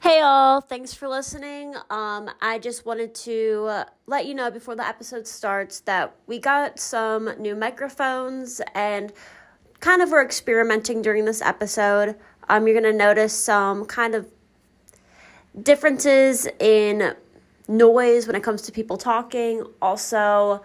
Hey all, thanks for listening. Um, I just wanted to uh, let you know before the episode starts that we got some new microphones and kind of were experimenting during this episode. Um, you're going to notice some kind of differences in noise when it comes to people talking. Also,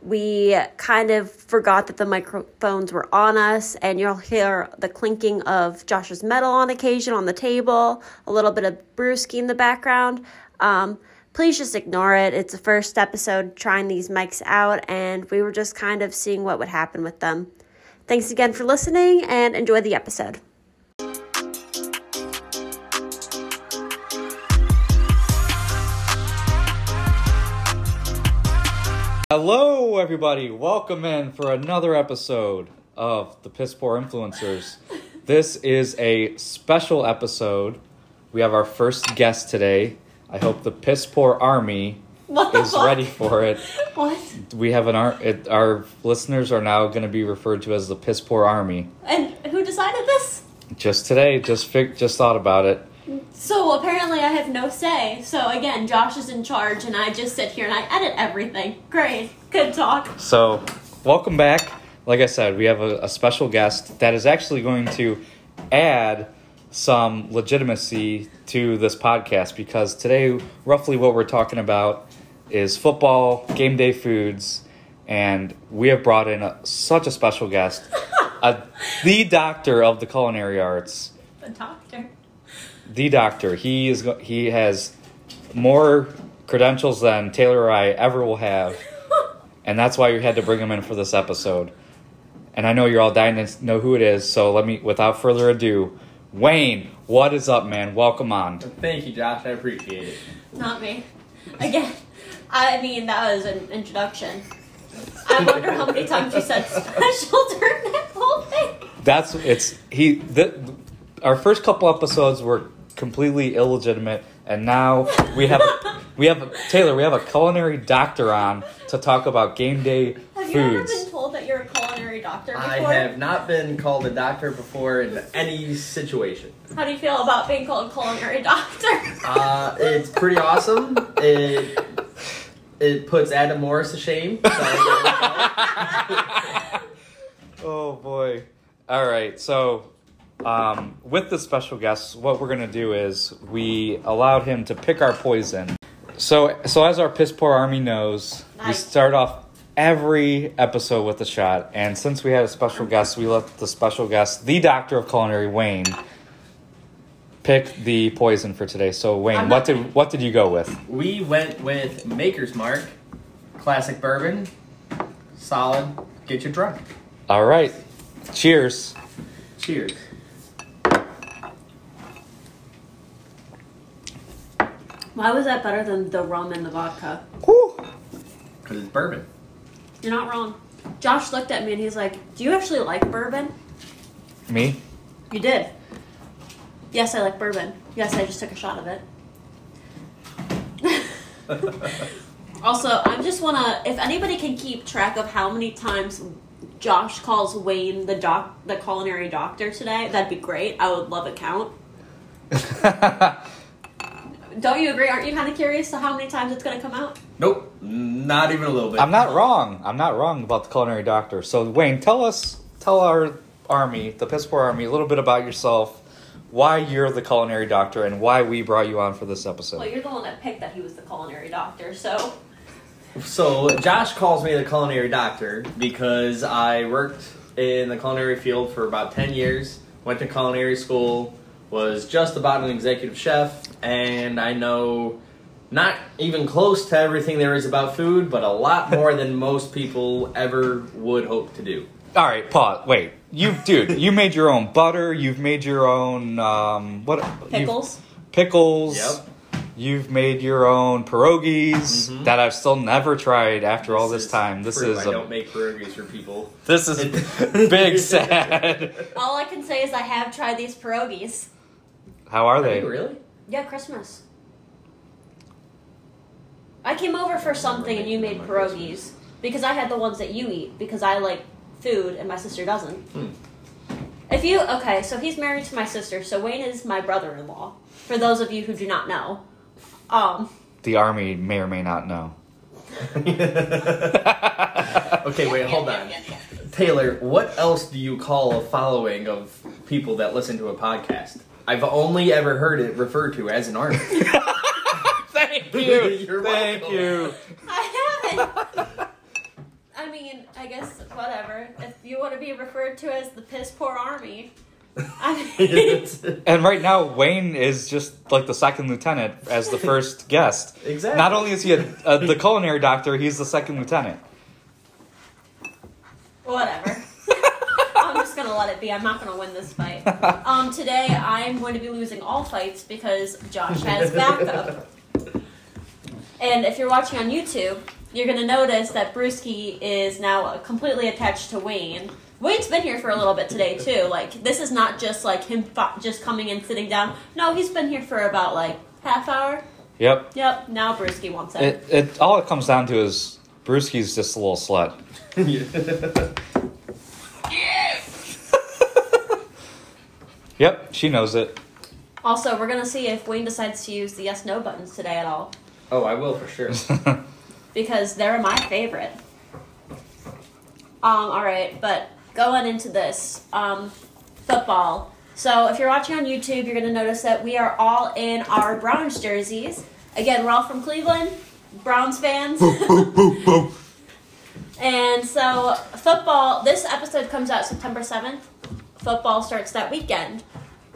we kind of forgot that the microphones were on us, and you'll hear the clinking of Josh's metal on occasion on the table, a little bit of brewski in the background. Um, please just ignore it. It's the first episode trying these mics out, and we were just kind of seeing what would happen with them. Thanks again for listening, and enjoy the episode. Hello, everybody. Welcome in for another episode of the Piss Poor Influencers. this is a special episode. We have our first guest today. I hope the Piss Poor Army What is ready for it. What? We have an ar- it, our listeners are now going to be referred to as the Piss Poor Army. And who decided this? Just today, just fig- just thought about it. So apparently I have no say. So again, Josh is in charge and I just sit here and I edit everything. Great. Good talk. So, welcome back. Like I said, we have a, a special guest that is actually going to add some legitimacy to this podcast because today, roughly what we're talking about is football, game day foods, and we have brought in a, such a special guest, a, the doctor of the culinary arts, The doctor. the doctor. He is go- he has more credentials than Taylor or I ever will have and that's why we had to bring him in for this episode. And I know you're all dying to know who it is, so let me, without further ado, Wayne, what is up, man? Welcome on. Thank you, Josh. I appreciate it. Not me. Again, I mean that was an introduction. I wonder how many times you said special during that whole thing. That's it's he. The, our first couple episodes were completely illegitimate, and now we have a, we have a, Taylor. We have a culinary doctor on to talk about game day Have you ever been foods. told that you're a culinary doctor before? I have not been called a doctor before in any situation. How do you feel about being called a culinary doctor? Uh, it's pretty awesome. It it puts Adam Morris to shame. So, Oh boy. All right. So, um, with the special guest, what we're gonna do is we allowed him to pick our poison. So, so as our piss poor army knows, we Nice. start off every episode with a shot. And since we had a special guest, we let the special guest, the doctor of culinary, Wayne, pick the poison for today. So, Wayne, I'm not- what did what did you go with? we went with Maker's Mark, classic bourbon, solid. Get you drunk. All right. Cheers. Cheers. Why was that better than the rum and the vodka? Whew. Cause it's bourbon. You're not wrong. Josh looked at me and he's like, Do you actually like bourbon? Me? You did. Yes, I like bourbon. Yes, I just took a shot of it. also, I just want to, if anybody can keep track of how many times Josh calls Wayne the doc, the culinary doctor today, that'd be great. I would love a count. Don't you agree? Aren't you kind of curious to how many times it's going to come out? Nope. Not even a little bit. I'm not wrong. I'm not wrong about the culinary doctor. So Wayne, tell us, tell our army, the Pittsburgh Army, a little bit about yourself, why you're the culinary doctor, and why we brought you on for this episode. Well, you're the one that picked that he was the culinary doctor, so. So Josh calls me the culinary doctor because I worked in the culinary field for about ten years. Went to culinary school, was just about an executive chef, and I know not even close to everything there is about food, but a lot more than most people ever would hope to do. All right, pause. Wait, you, dude, you made your own butter. You've made your own um, what you've- Pickles? Pickles. Yep. You've made your own pierogies Mhm. that I've still never tried after all this is time. This is proof I a, don't make pierogies for people. this is big sad. All I can say is I have tried these pierogies. How are Are they? they really? Yeah, Christmas. I came over for something and you made My pierogies Hmm. because I had the ones that you eat because I like food and my sister doesn't. If you okay, so he's married to my sister. So Wayne is my brother-in-law. For those of you who do not know, um, The army may or may not know. okay, wait, hold on. Taylor, what else do you call a following of people that listen to a podcast? I've only ever heard it referred to as an army. Thank you. you. Thank Thank you. you. I haven't. I mean, I guess whatever. If you want to be referred to as the piss poor army, I mean, And right now, Wayne is just like the second lieutenant as the first guest. Exactly. Not only is he a, a, the culinary doctor, he's the second lieutenant. whatever. I'm just gonna let it be. I'm not gonna win this fight. Um, today I'm going to be losing all fights because Josh has backup. And if you're watching on YouTube, you're gonna notice that Brewski is now completely attached to Wayne. Wayne's been here for a little bit today too. Like this is not just like him fo- just coming in sitting down. No, he's been here for about like half hour. Yep. Yep. Now Brewski wants it. It, it all it comes down to is Brewski's just a little slut. Yep, she knows it. Also, we're gonna see if Wayne decides to use the yes no buttons today at all oh, I will for sure. because they're my favorite. Um, all right, but going into this um, football. So if you're watching on YouTube, you're gonna notice that we are all in our Browns jerseys. Again, we're all from Cleveland, Browns fans. And so football. This episode comes out September seventh. Football starts that weekend.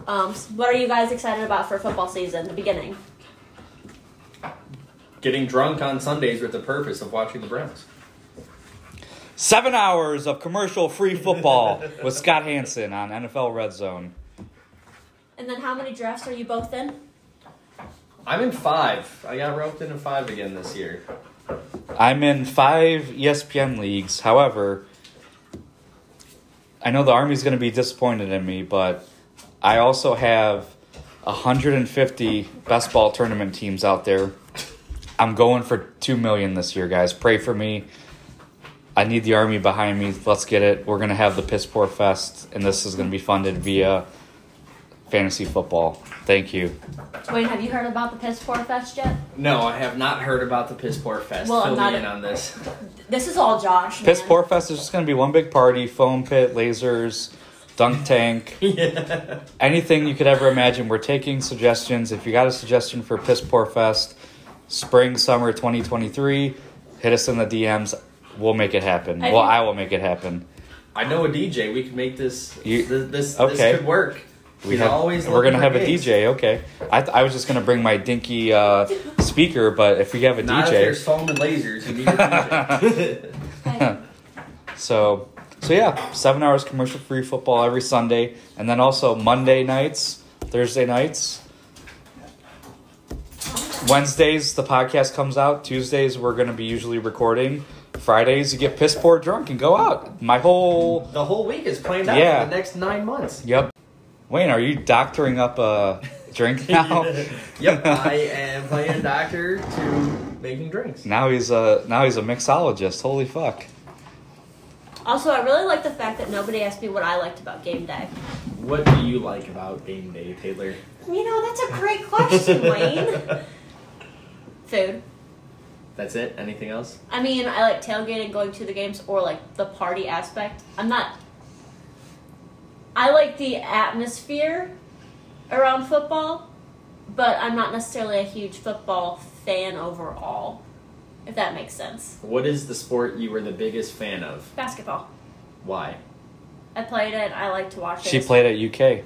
Um, what are you guys excited about for football season? The beginning. Getting drunk on Sundays with the purpose of watching the Browns. Seven hours of commercial free football with Scott Hansen on NFL Red Zone. And then how many drafts are you both in? I'm in five. I got roped into five again this year. I'm in five E ESPN leagues. However, I know the Army's going to be disappointed in me, but I also have 150 best ball tournament teams out there. I'm going for 2 million this year, guys. Pray for me. I need the Army behind me. Let's get it. We're going to have the Piss Poor Fest, and this is going to be funded via fantasy football. Thank you. Wayne, have you heard about the Piss Poor Fest yet? No, I have not heard about the Piss Poor Fest. Well, I'm Fill not me a- in on this. This is all Josh. Man. Piss Poor Fest is just going to be one big party foam pit, lasers, dunk tank. anything you could ever imagine. We're taking suggestions. If you got a suggestion for Piss Poor Fest, spring, summer 2023, hit us in the DMs. We'll make it happen. I well, think- I will make it happen. I know a DJ. We could make this. You- this this, okay. this could work. We He's have, always. we're looking gonna have for a gigs. DJ. Okay, I, th- I was just gonna bring my dinky uh, speaker, but if we have a Not if DJ, there's foam and lasers. You need a DJ. Okay. So, so yeah, seven hours commercial free football every Sunday, and then also Monday nights, Thursday nights, Wednesdays the podcast comes out. Tuesdays we're gonna be usually recording. Fridays you get piss poor drunk and go out. My whole the whole week is planned out Yeah. for the next nine months. yep. Wayne, are you doctoring up a drink now? Yep, I am playing a doctor to making drinks. now he's a now he's a mixologist. Holy fuck! Also, I really like the fact that nobody asked me what I liked about game day. What do you like about game day, Taylor? You know, that's a great question, Wayne. Food. That's it. Anything else? I mean, I like tailgating, going to the games, or like the party aspect. I'm not. I like the atmosphere around football, but I'm not necessarily a huge football fan overall, if that makes sense. What is the sport you were the biggest fan of? Basketball. Why? I played it. I like to watch it. She played at UK.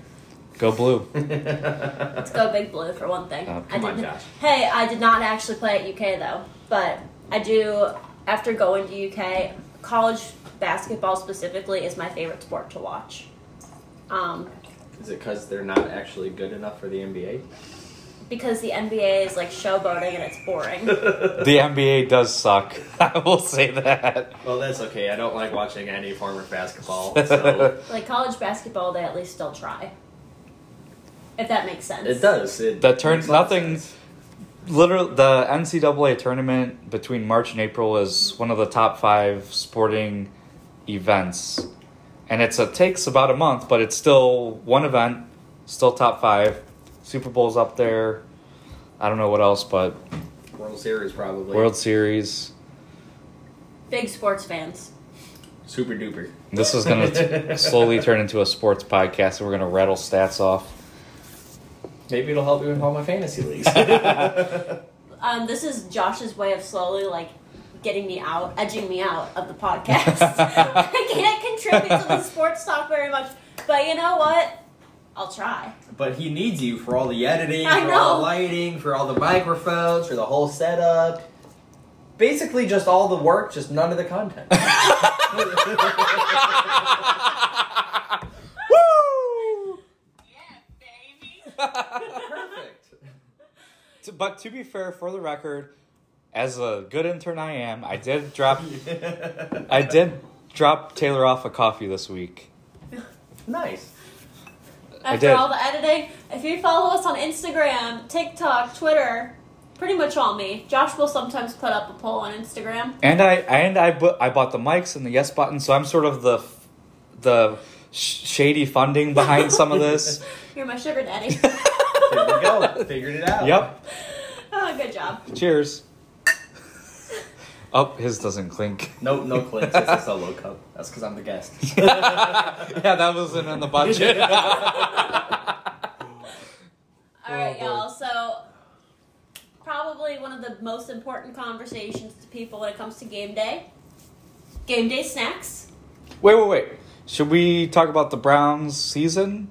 Go blue. Let's go Big Blue for one thing. Oh, I come on, didn't- Josh. Hey, I did not actually play at UK though, but I do. After going to UK, college basketball specifically is my favorite sport to watch. Um, Is it because they're not actually good enough for the NBA? because the NBA is like showboating and it's boring. The NBA does suck. I will say that. Well, that's okay. I don't like watching any form of basketball. So like college basketball, they at least still try. If that makes sense. it does. It That turns- makes a lot of nothing- sense. Literally, the NCAA tournament between March and April is one of the top five sporting events and it's a takes about a month, but it's still one event, still top five. Super Bowl's up there. I don't know what else, but World Series probably. World Series. Big sports fans. Super duper. This is going to slowly turn into a sports podcast, and we're going to rattle stats off. Maybe it'll help me with all my fantasy leagues. Um, this is Josh's way of slowly like getting me out, edging me out of the podcast. I can't contribute to the sports talk very much, but you know what? I'll try. but he needs you for all the editing, I for all know. the lighting, for all the microphones, for the whole setup. Basically, just all the work, just none of the content. Woo! Yeah, baby. Perfect. T- But to be fair, for the record, as a good intern I am, I did drop I did drop Taylor off a coffee this week. Nice. I After did. all the editing, if you follow us on Instagram, TikTok, Twitter, pretty much all me. Josh will sometimes put up a poll on Instagram. And I and I bu- I bought the mics and the yes button, so I'm sort of the f- the sh- shady funding behind some of this. You're my sugar daddy. There we go. Figured it out. yep. oh, good job. Cheers. Oh, his doesn't clink. Nope, no clicks. It's a solo cup. That's because I'm the guest. Yeah, that wasn't in the budget. All right, boy. y'all. So, probably one of the most important conversations to people when it comes to game day. Game day snacks. Wait, wait, wait. Should we talk about the Browns season?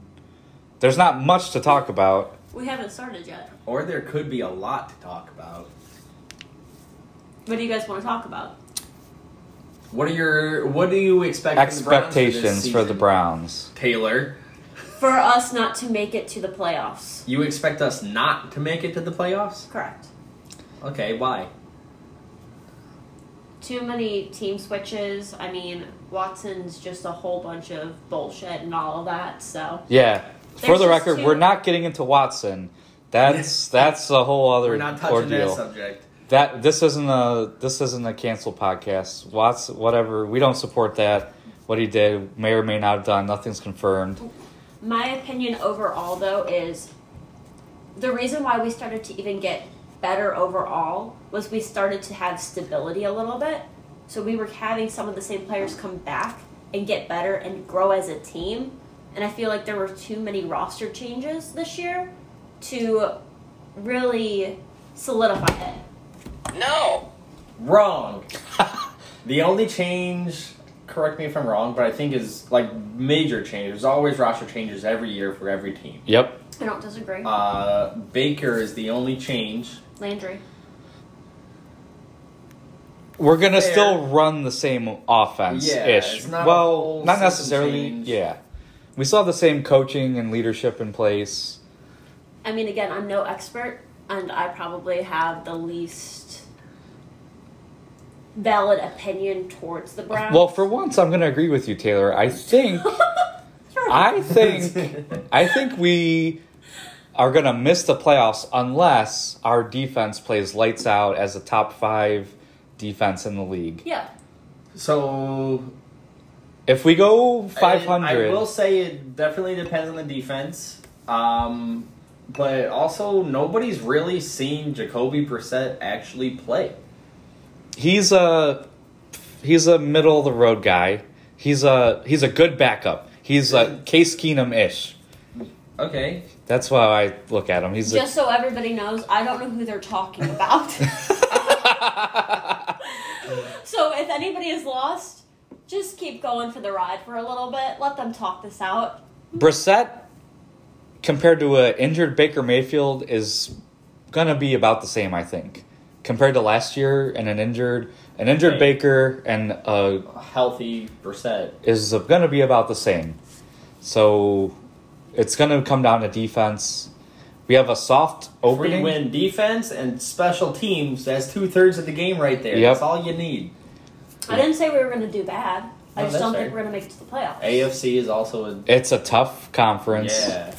There's not much to talk about. We haven't started yet. or there could be a lot to talk about. What do you guys want to talk about? What are your What do you expect? from the Browns for this Expectations for the season? Browns. Taylor, For us not to make it to the playoffs. you expect us not to make it to the playoffs? Correct. Okay, why? Too many team switches. I mean, Watson's just a whole bunch of bullshit and all of that. So, Yeah. for There's the just record, two- we we're not getting into Watson. That's that's a whole other We're not touching ordeal. that subject. That this isn't a this isn't a cancel podcast. Watts whatever. We don't support that. What he did may or may not have done. Nothing's confirmed. My opinion overall, though, is the reason why we started to even get better overall was we started to have stability a little bit. So we were having some of the same players come back and get better and grow as a team. And I feel like there were too many roster changes this year to really solidify it. Wrong. the only change, correct me if I'm wrong, but I think is like major change. There's always roster changes every year for every team. Yep. I don't disagree. Uh, Baker is the only change. Landry. We're gonna Fair. still run the same offense Yeah, ish. it's not a well, whole not system necessarily. change. Yeah, we still have the same coaching and leadership in place. I mean, again, I'm no expert, and I probably have the least valid opinion towards the Browns. Well, for once, I'm gonna agree with you, Taylor. I think I think I think we are gonna miss the playoffs unless our defense plays lights out as a top five defense in the league. yeah, so If we go I- five I will hundred, say it definitely depends on the defense. Um, but also nobody's really seen Jacoby Brissett actually play. he's a he's a middle of the road guy. He's a he's a good backup. He's a Case Keenum ish. Okay. That's how I look at him. He's a, just so everybody knows, I don't know who they're talking about. so if anybody is lost, just keep going for the ride for a little bit. Let them talk this out. Brissett compared to an injured Baker Mayfield is gonna be about the same, I think. Compared to last year and an injured an injured Hey. Baker and uh Healthy Brissett. is gonna be about the same. So it's gonna come down to defense. We have a soft We opening. win defense and special teams. That's two thirds of the game right there. Yep. That's all you need. I didn't say we were going to do bad. I No, just that's don't fair. think we're going to make it to the playoffs. AFC is also a It's a tough conference. yeah,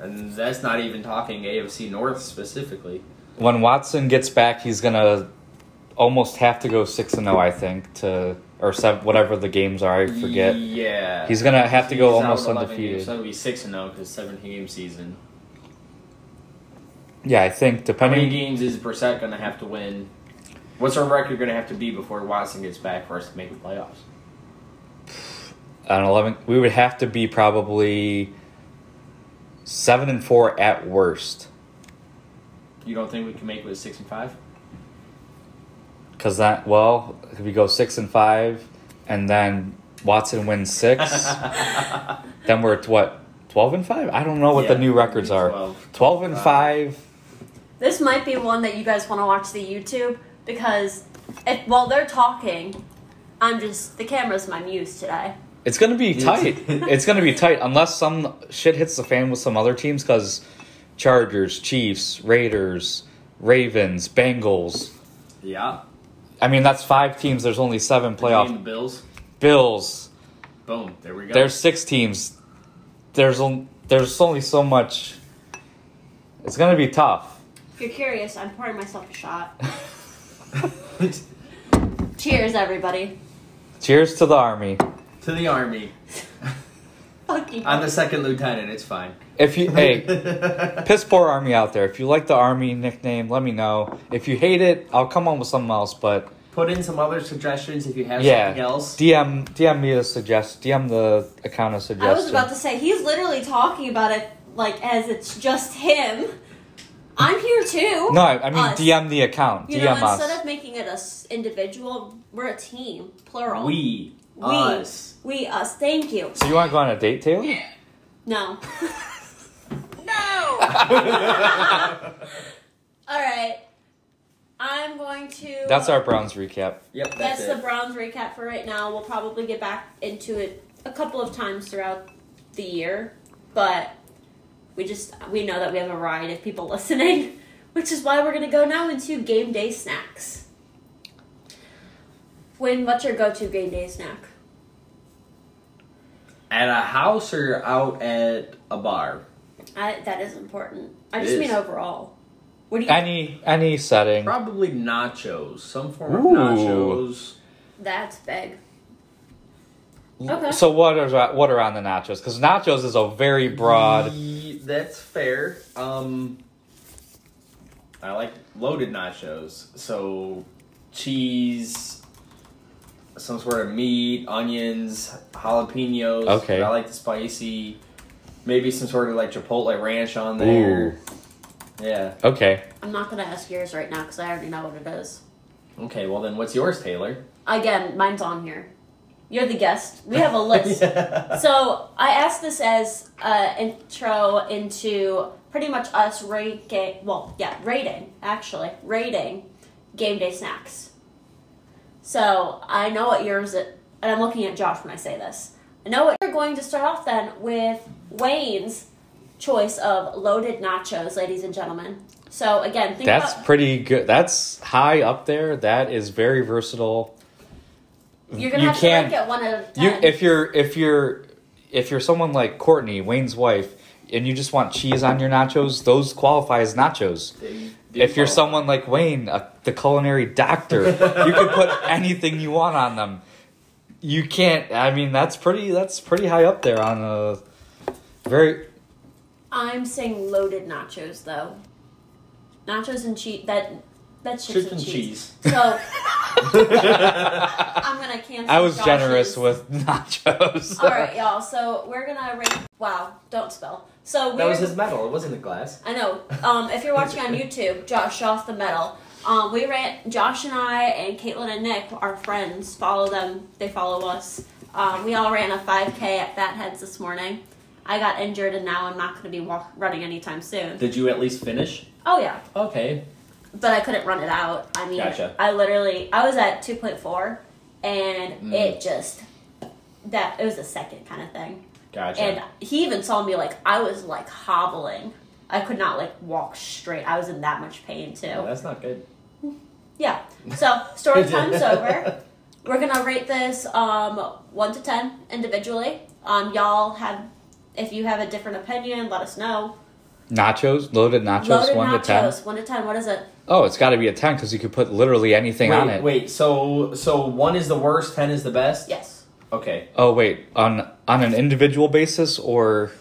and that's not even talking AFC North specifically. When Watson gets back, he's gonna almost have to go six and zero, I oh, think, to or seven, whatever the games are. I forget. Yeah. He's gonna have to go He's out almost 11 undefeated. Games, so that'd be six and zero because seventeen game season. Yeah, I think How many depending. games is Brissett gonna have to win? What's our record gonna have to be before Watson gets back for us to make the playoffs? on eleven, we would have to be probably seven and four at worst, You don't think we can make it with six and five? because that well, if we go six and five, and then Watson wins six, then we're at what twelve and five. I don't know what Yeah, the new records are. 12. Twelve and Uh, five. This might be one that you guys want to watch the YouTube because if, while they're talking, I'm just the camera's my muse today. It's gonna be It's- tight. it's gonna be tight unless some shit hits the fan with some other teams because Chargers, Chiefs, Raiders, Ravens, Bengals. Yeah. I mean that's five teams. There's only seven Between playoff. The Bills. Bills. Boom. There we go. There's six teams. There's on, there's only so much. It's gonna be tough. If you're curious, I'm pouring myself a shot. Cheers, everybody. Cheers to the army. to the army. Fuck you. I'm the second lieutenant. It's fine. If you hey, piss poor army out there. If you like the army nickname, let me know. If you hate it, I'll come on with something else. But Put in some other suggestions if you have Yeah. something else. DM DM me a suggest. DM the account a suggestion. I was about to say he's literally talking about it like as it's just him. I'm here too. No, I, I mean Us. DM the account. You DM know, us. instead of making it us individual, we're a team, plural. We. We. Us. we, us. Thank you. so you want to go on a date, Taylor? No. No! All right. I'm going to. That's our Browns recap. Yep, that's, That's it. the Browns recap for right now. We'll probably get back into it a couple of times throughout the year, but we just we know that we have a ride of people listening, which is why we're gonna go now into game day snacks. Wayne, what's your go-to game day snack? at a house or out at a bar? I, that is important. I It just mean is. overall. What do you? Any any setting. Probably nachos. Some form Ooh. of nachos. that's big. Okay. So what are what are on the nachos? Because nachos is a very Mm. broad. Ye- That's fair. Um, I like loaded nachos. So cheese, some sort of meat, onions, jalapenos. Okay. but I like the spicy. Maybe some sort of like chipotle ranch on there. Yeah. Okay. I'm not gonna ask yours right now because I already know what it is. Okay. Well, then what's yours, Taylor? Again, mine's on here. You're the guest. We have a list. Yeah. So I asked this as an intro into pretty much us ranking, well, yeah, rating, actually, rating game day snacks. So I know what yours, and I'm looking at Josh when I say this. I know what you're going to start off then with Wayne's choice of loaded nachos, ladies and gentlemen. So again, think That's about pretty good. That's high up there. That is very versatile. you're gonna you have can- to rank it one out of You ten. if you're if you're if you're someone like Courtney, Wayne's wife, and you just want cheese on your nachos, those qualify as nachos. If you're someone like Wayne, a, the culinary doctor, you can put anything you want on them. You can't. I mean, that's pretty. That's pretty high up there on a very. I'm saying loaded nachos though. Nachos and cheese. That that's chips, chips and cheese. So That's I'm gonna cancel. I was Josh's. generous with nachos. All right, y'all. So we're gonna rate. Wow, don't spell. So we're, That was his medal. It wasn't a glass. I know. Um, if you're watching on YouTube, Josh off the metal. Um, we ran. Josh and I and Caitlin and Nick, our friends, follow them. They follow us. Um, we all ran a 5K at Fatheads this morning. I got injured and now I'm not going to be walk- running anytime soon. Did you at least finish? Oh yeah, Okay. but I couldn't run it out. I mean, Gotcha. I literally I was at two point four, and Mm. it just that it was a second kind of thing. Gotcha. And he even saw me like I was like hobbling. I could not like walk straight. I was in that much pain too. Well, that's not good. Yeah. So story time's over. We're gonna rate this um, one to ten individually. Um, y'all have, if you have a different opinion, let us know. Nachos, loaded nachos, Loaded one to ten. nachos, one to ten. What is it? Oh, it's got to be a ten because you could put literally anything on Wait, it. wait. So, so one is the worst, ten is the best. Yes. Okay. Oh wait, on on an individual basis or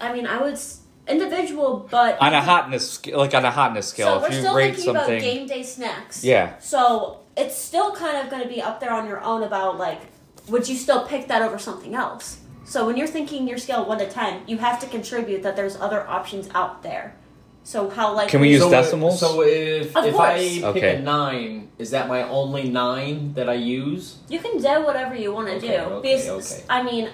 I mean, I would s- individual, but on a hotness sc- like on a hotness scale. So we're if you still rate thinking something, about game day snacks. Yeah. So it's still kind of going to be up there on your own about like, would you still pick that over something else? So when you're thinking your scale one to ten, you have to contribute that there's other options out there. So how like Can we use so, decimals? So if Of if course. I pick Okay. a nine, is that my only nine that I use? You can do whatever you want to Okay, do. okay, because, okay. I mean,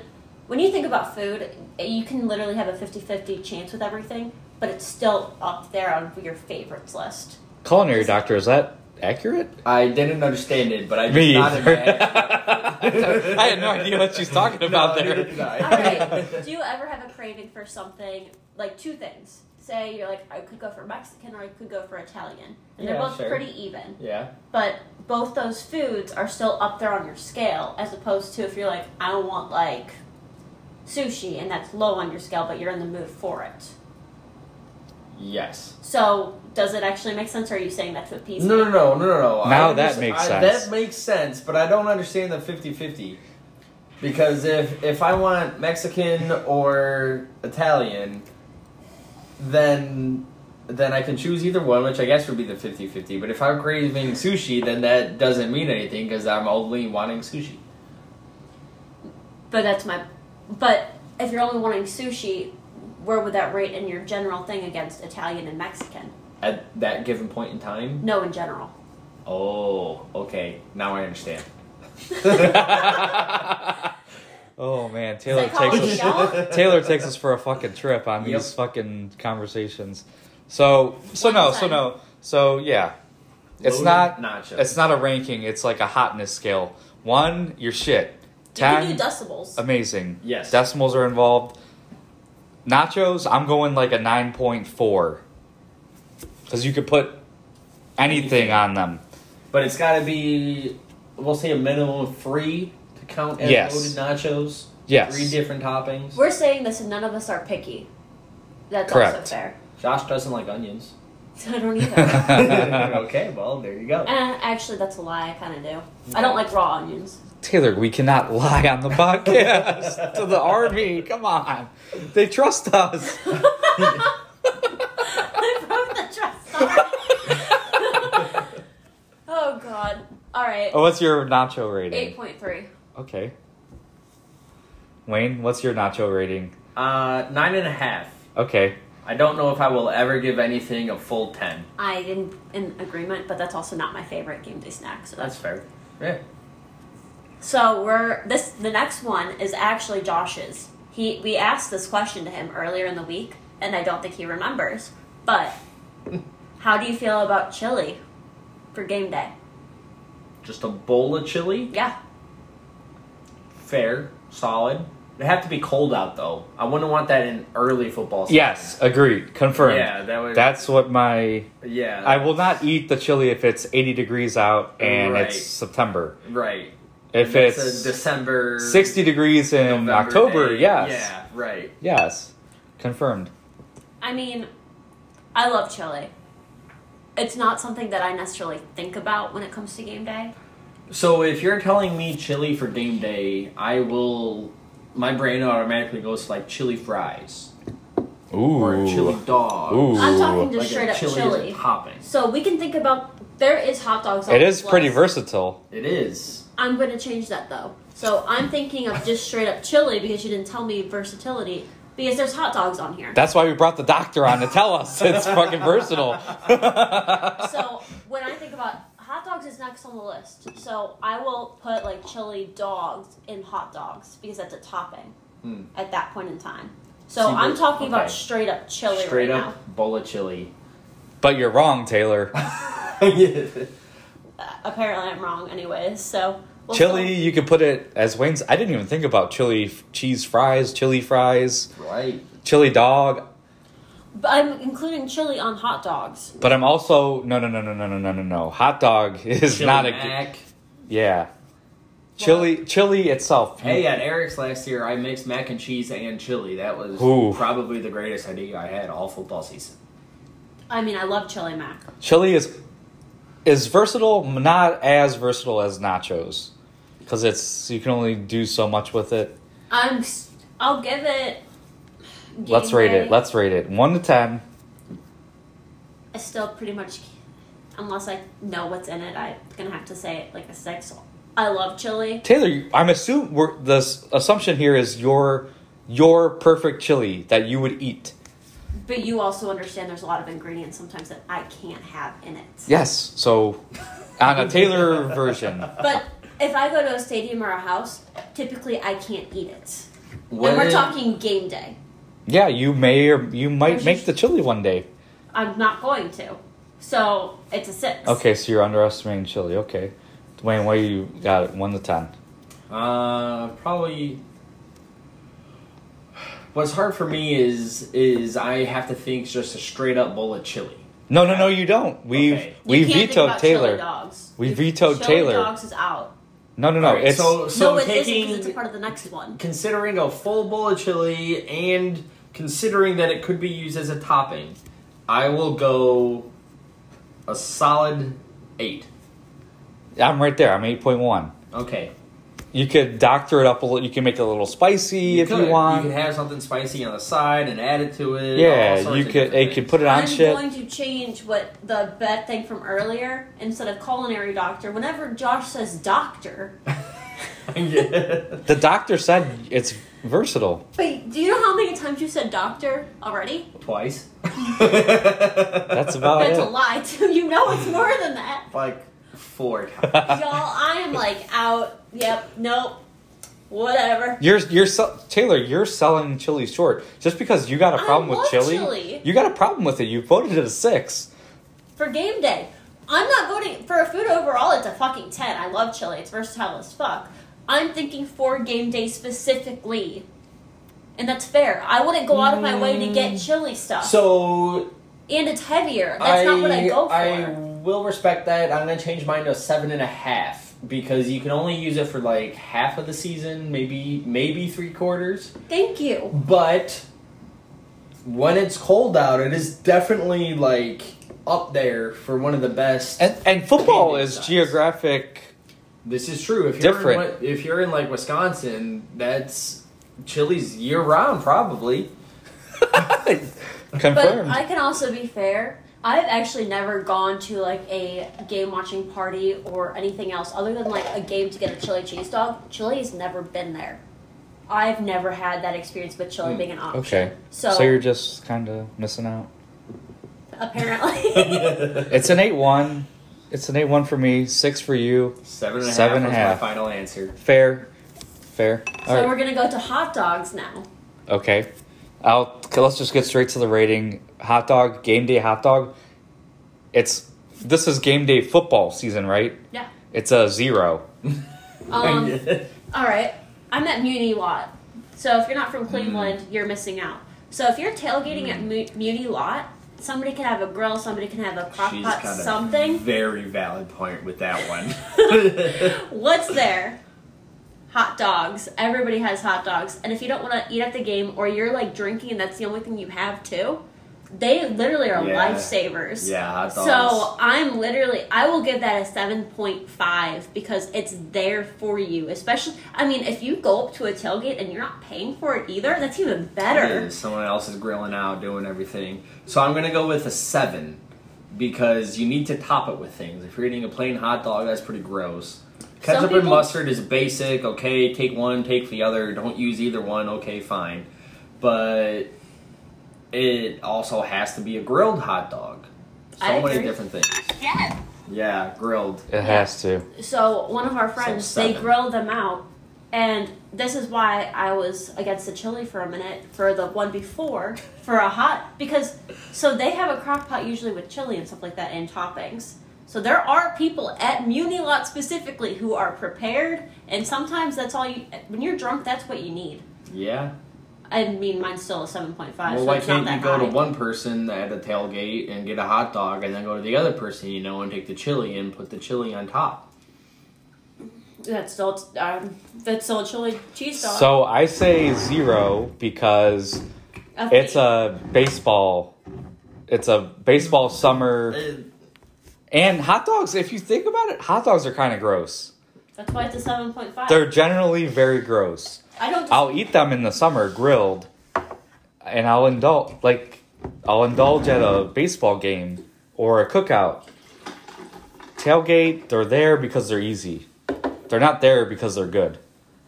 when you think about food, you can literally have a 50 50 chance with everything, but it's still up there on your favorites list. culinary doctor is that accurate? I didn't understand it, but I just Me nodded either. my head. I had no idea what she's talking No, about neither there. did I. All right. do you ever have a craving for something, like two things? Say you're like, I could go for Mexican or I could go for Italian. And they're Yeah, both sure. pretty even. Yeah. But both those foods are still up there on your scale, as opposed to if you're like, I want like sushi, and that's low on your scale, but you're in the mood for it. Yes. So does it actually make sense? Or are you saying that's what peas? No, no, no, no, no, no. I Now that understa- makes I- sense. That makes sense, but I don't understand the 50-50. Because if if I want Mexican or Italian, then then I can choose either one, which I guess would be the 50-50. But if I'm craving sushi, then that doesn't mean anything because I'm only wanting sushi. But that's my. But if you're only wanting sushi, where would that rate in your general thing against Italian and Mexican? At that given point in time. No, in general. Oh, okay. Now I understand. oh man, Taylor Psychology, takes us. y'all. Taylor takes us for a fucking trip on Yep. these fucking conversations. So so no so no so yeah, it's Loaded not nachos. it's not a ranking. It's like a hotness scale. One, your shit. you can Ten, do decibels. amazing. Yes. decimals are involved. Nachos, I'm going like a nine point four because you could put anything on them. But it's got to be, we'll say a minimum of three to count as Yes. loaded nachos. Yes. Three different toppings. We're saying this, and none of us are picky. That's Correct. also fair. Josh doesn't like onions. I don't either. okay, well, there you go. Eh, actually, that's a lie. I kind of do. I don't like raw onions. Taylor, we cannot lie on the podcast to the army. Come on, they trust us. I broke the trust. already. oh God! All right. Oh, what's your nacho rating? Eight point three. Okay. Wayne, what's your nacho rating? Uh, nine and a half. Okay. I don't know if I will ever give anything a full ten. I am in agreement, but that's also not my favorite game day snack. So that's fair. Yeah. so we're this. The next one is actually Josh's. He we asked this question to him earlier in the week, and I don't think he remembers. But how do you feel about chili for game day? Just a bowl of chili. Yeah, Fair. Solid. They have to be cold out though. I wouldn't want that in early football. season. Yes, agreed. Confirmed. Yeah, Uh, that would. That's what my. yeah. I will not eat the chili if it's 80 degrees out and Right. it's September. right. If That's it's a December 60 degrees in November October, day. yes. Yeah. Right. Yes. Confirmed. I mean, I love chili. It's not something that I necessarily think about when it comes to game day. So if you're telling me chili for game day, I will. My brain automatically goes to like chili fries Ooh. or chili dog. Ooh. I'm talking Like just a straight up chili, chili. is a topping. So we can think about there is hot dogs. on It this is pretty list. versatile. It is. I'm going to change that though. So I'm thinking of just straight up chili because you didn't tell me versatility because there's hot dogs on here. That's why we brought the doctor on to tell us it's fucking versatile. so when I think about hot dogs is next on the list. So I will put like chili dogs in hot dogs because that's a topping Hmm. at that point in time. So See, I'm but- talking about okay. straight up chili Straight right up bowl of chili. but you're wrong, Taylor. now. Uh, apparently I'm wrong anyways. So we'll chili, still- you could put it as Wayne's. I didn't even think about chili f- cheese fries, chili fries, right. chili dog. but I'm including chili on hot dogs. But I'm also no, no, no, no, no, no, no, no, no. Hot dog is Chili not a mac. yeah. Chili, chili itself. Hey, at Eric's last year, I mixed mac and cheese and chili. That was Ooh. probably the greatest idea I had all football season. I mean, I love chili mac. Chili is is versatile, m- not as versatile as nachos, because it's you can only do so much with it. I'm. s- I'll give it. Let's game rate day. it. Let's rate it. One to ten. I still pretty much, unless I know what's in it, I'm gonna have to say like a six. I love chili. Taylor, you- I'm assuming we're, the s- assumption here is your your perfect chili that you would eat. But you also understand there's a lot of ingredients sometimes that I can't have in it. Yes. So, on a Taylor version, But if I go to a stadium or a house, typically I can't eat it. When- and we're talking game day. yeah, you may or you might make the chili one day. I'm not going to. So it's a six. Okay, so you're underestimating chili. Okay, Dwayne, what you got? It one to ten. Uh, probably. What's hard for me is is I have to think just a straight up bowl of chili. No, no, no, you don't. We've Okay. You we can't think vetoed about chili Taylor. Dogs. We You- vetoed chili Taylor. Dogs is out. No, no, no. Alright, it's so so no, it isn't 'cause taking it's a part of the next one. considering a full bowl of chili and considering that it could be used as a topping, I will go a solid eight. I'm right there. I'm eight point one. Okay. You could doctor it up a little. You can make it a little spicy if could. you want. You could have something spicy on the side and add it to it. all yeah, sorts you of could. different It could things. put it on I'm shit. going to change what the bet thing from earlier instead of culinary doctor. Whenever Josh says doctor, Yeah. The doctor said it's versatile. wait, do you know how many times you said doctor already? Twice. That's That's about That's it. a lie too. You know it's more than that. like four times. Y'all, I am like out. Yep, nope, whatever. You're you're sell- Taylor. You're selling chili short just because you got a I problem with love chili, chili. You got a problem with it. You voted it a six. For game day, I'm not voting for a food overall. It's a fucking ten. I love chili. It's versatile as fuck. I'm thinking for game day specifically. And that's fair. I wouldn't go out of my way to get chili stuff. So And it's heavier. That's I, not what I go for. I will respect that. I'm gonna change mine to seven and a half because you can only use it for like half of the season, maybe maybe three quarters. Thank you. But when it's cold out, it is definitely like up there for one of the best. And and football Candy is size. geographic. this is true. If you're In, Different. what- if you're in like Wisconsin, that's chili's year round probably. But Confirmed. I can also be fair. I've actually never gone to like a game watching party or anything else other than like a game to get a chili cheese dog. Chili has never been there. I've never had that experience with chili being an option. okay. So, so you're just kind of missing out. apparently, It's an eight one. It's an eight one for me. Six for you. Seven and a half Seven and a was half. my final answer. Fair. Fair. so All right. we're gonna go to hot dogs now. Okay. I'll okay, let's just get straight to the rating. Hot dog, game day hot dog. It's this is game day football season, right? Yeah. It's a zero. Um, All right, I'm at Muni Lot. So if you're not from Cleveland, you're missing out. So if you're tailgating at Mu- Muni Lot, somebody can have a grill, somebody can have a crock She's pot, got a something. Very valid point with that one. What's there? Hot dogs. Everybody has hot dogs. And if you don't want to eat at the game or you're like drinking and that's the only thing you have too, they literally are Yeah. lifesavers. yeah, hot dogs. So I'm literally, I will give that a 7.5 because it's there for you. Especially, I mean, if you go up to a tailgate and you're not paying for it either, that's even better. Yeah, someone else is grilling out, doing everything. So I'm gonna go with a seven because you need to top it with things. If you're eating a plain hot dog, that's pretty gross. Ketchup and people- mustard is basic. Okay, take one, take the other. Don't use either one. Okay, fine. But it also has to be a grilled hot dog. So I many agree. different things. Yeah, grilled. It has to. So one of our friends, So they seven. grill them out. And this is why I was against the chili for a minute for the one before for a hot because so they have a crock pot usually with chili and stuff like that and toppings. So there are people at Muni Lot specifically who are prepared, and sometimes that's all you. When you're drunk, that's what you need. Yeah. I mean, mine's still a seven point five. Well, so why it's can't not that you go to high. one person at a tailgate and get a hot dog, and then go to the other person you know and take the chili and put the chili on top? That's still um, that's still a chili cheese dog. So I say zero because it's a baseball. It's a baseball summer Eh, and hot dogs. If you think about it, hot dogs are kind of gross. That's why it's a seven point five. They're generally very gross. I don't. I'll eat them in the summer grilled, and I'll indulge like I'll indulge at a baseball game or a cookout. Tailgate, they're there because they're easy. They're not there because they're good.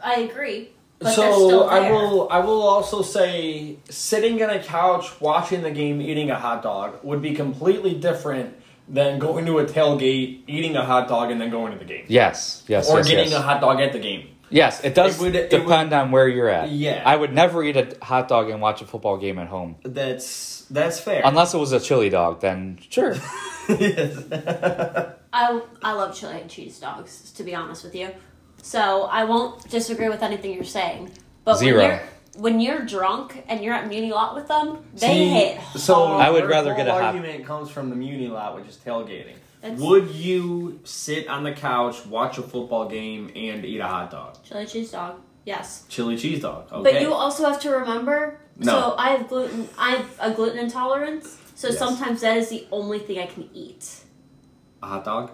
I agree. But they're so still I there. will. I will also say, sitting on a couch watching the game, eating a hot dog would be completely different than going to a tailgate, eating a hot dog, and then going to the game, Yes, yes, or yes, getting yes. a hot dog at the game. yes, it does It would- it depend on where you're at. Yeah. I would never eat a hot dog and watch a football game at home That's that's fair. unless it was a chili dog. Then sure, Yes. I I love chili and cheese dogs. To be honest with you, so I won't disagree with anything you're saying. But Zero. When you're, when you're drunk and you're at Muni Lot with them, they See, hit. So hard. I would your rather whole get a hot- argument comes from the muni lot, which is tailgating. That's- Would you sit on the couch, watch a football game, and eat a hot dog? chili cheese dog. Yes. Chili cheese dog. Okay. But you also have to remember. No. So I have gluten. I have a gluten intolerance. So Yes. sometimes that is the only thing I can eat. a hot dog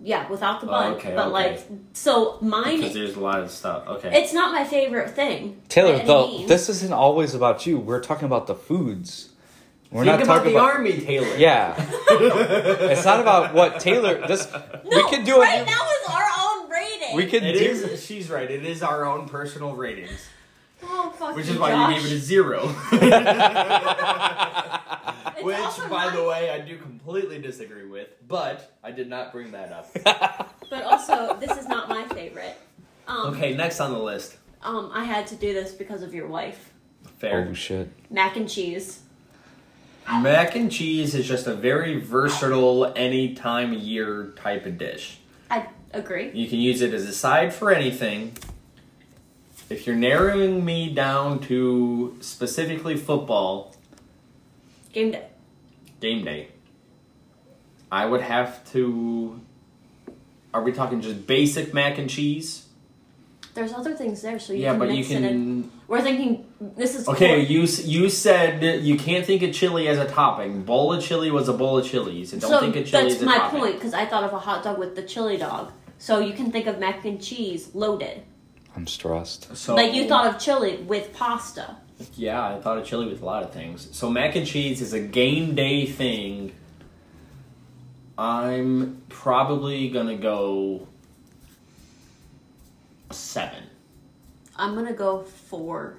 Yeah, without the Oh, bun. okay, but okay. like, so mine. because there's a lot of stuff. Okay. It's not my favorite thing. by Taylor. any Though means. this isn't always about you. We're talking about the foods. We're Think not about talking the about army, Taylor. Yeah. it's not about what Taylor this No, we could do right a new, now is our own rating. we could It do is. She's right. It is our own personal ratings, Oh, fuck which you, is why you gave it a zero. It's which, also by the not- way, I do completely disagree with. But I did not bring that up. But also, this is not my favorite. Um, okay, next on the list. Um, I had to do this because of your wife. Fair. Oh shit. Mac and cheese. Mac and cheese is just a very versatile, any time of year type of dish. I agree. You can use it as a side for anything. If you're narrowing me down to specifically football Game day. game day, I would have to. Are we talking just basic mac and cheese? There's other things there, so you yeah, can but you mix it in. can. We're thinking this is Okay, corn. you s- you said you can't think of chili as a topping. Bowl of chili was a bowl of chilies, and don't so think of chili that's as a my topping. point because I thought of a hot dog with the chili dog. So you can think of mac and cheese loaded, I'm stressed. So, like you thought of chili with pasta. Yeah, I thought of chili with a lot of things. So mac and cheese is a game day thing. I'm probably gonna go seven. I'm gonna go four.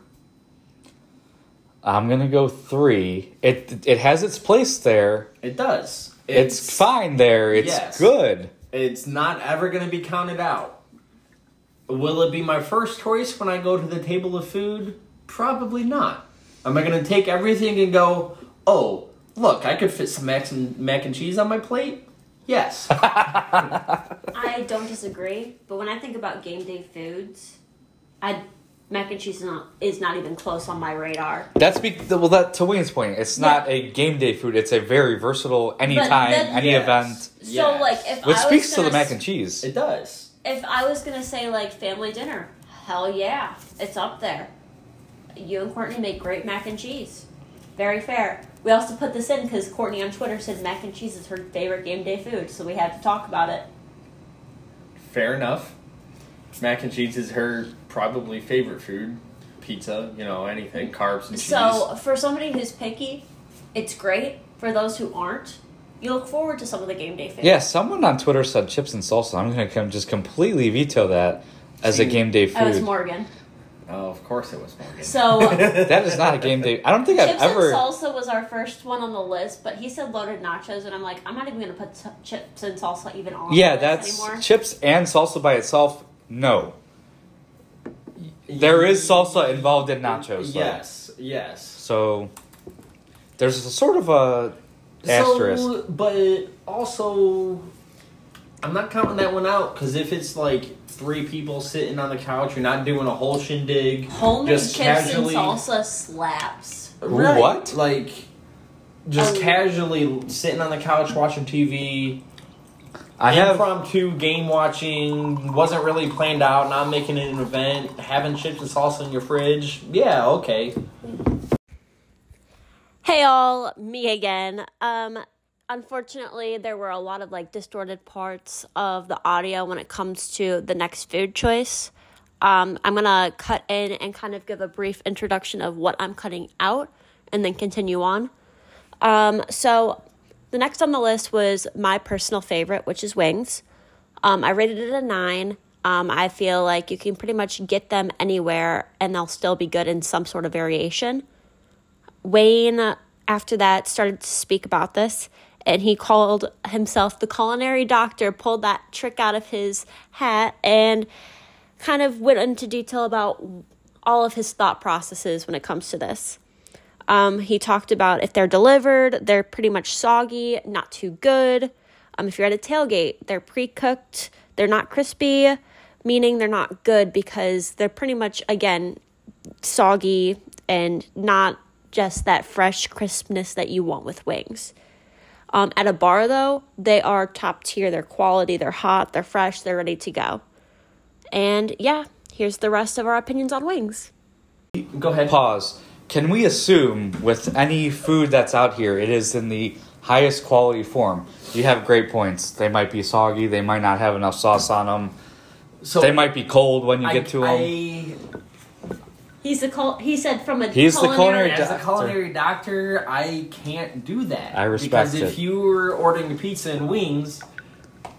I'm gonna go three. It it has its place there. It does. It's, fine there. It's Yes. good. It's not ever gonna be counted out. Will it be my first choice when I go to the table of food? Probably not. Am I gonna take everything and go, oh, look, I could fit some mac and, mac and cheese on my plate? Yes. I don't disagree, but when I think about game day foods, I mac and cheese is not is not even close on my radar. That's be well that to Wayne's point, it's not Yeah. a game day food, it's a very versatile But anytime, that- any Yes. event. So Yes. like if Which I speaks was to gonna the mac s- and cheese. It does. if I was gonna say like family dinner, hell yeah, it's up there. You and Courtney make great mac and cheese. Very fair. We also put this in because Courtney on Twitter said mac and cheese is her favorite game day food, so we had to talk about it. Fair enough. Mac and cheese is her probably favorite food. Pizza, you know, anything, carbs and cheese. So for somebody who's picky, it's great. For those who aren't, you look forward to some of the game day foods. Yeah, someone on Twitter said chips and salsa. I'm gonna come just completely veto that as a See, game day I was food. Morgan. oh, of course it was Morgan. So that is not a game day. I don't think chips I've ever and salsa was our first one on the list, but he said loaded nachos, and I'm like, I'm not even gonna put t- chips and salsa even on. Yeah, the that's list anymore. chips and salsa by itself. No, there is salsa involved in nachos. though. Yes, yes. So there's a sort of a asterisk. So, but also, I'm not counting that one out because if it's like three people sitting on the couch, you're not doing a whole shindig. homemade just chips casually- and salsa slaps. Ooh, what? Like, just Um, casually sitting on the couch watching TV. I have impromptu game watching wasn't really planned out. Not making it an event. Having chips and salsa in your fridge. Yeah, okay. Hey all, me again. Um unfortunately there were a lot of like distorted parts of the audio when it comes to the next food choice. Um I'm going to cut in and kind of give a brief introduction of what I'm cutting out and then continue on. Um so the next on the list was my personal favorite, which is wings. Um I rated it a 9. Um, I feel like you can pretty much get them anywhere and they'll still be good in some sort of variation. Wayne, uh, after that, started to speak about this, and he called himself the culinary doctor, pulled that trick out of his hat, and kind of went into detail about all of his thought processes when it comes to this. Um, he talked about if they're delivered, they're pretty much soggy, not too good. Um, if you're at a tailgate, they're pre cooked, they're not crispy, meaning they're not good because they're pretty much, again, soggy and not just that fresh crispness that you want with wings. Um, at a bar, though, they are top tier. They're quality, they're hot, they're fresh, they're ready to go. And yeah, here's the rest of our opinions on wings. Go ahead. pause. Can we assume with any food that's out here, it is in the highest quality form? You have great points. They might be soggy. They might not have enough sauce on them. So they might be cold when you I, get to them. I, He's the cul- he said from a He's the culinary culinary doc- As a culinary doctor, I can't do that. I respect because it. if you were ordering pizza and wings,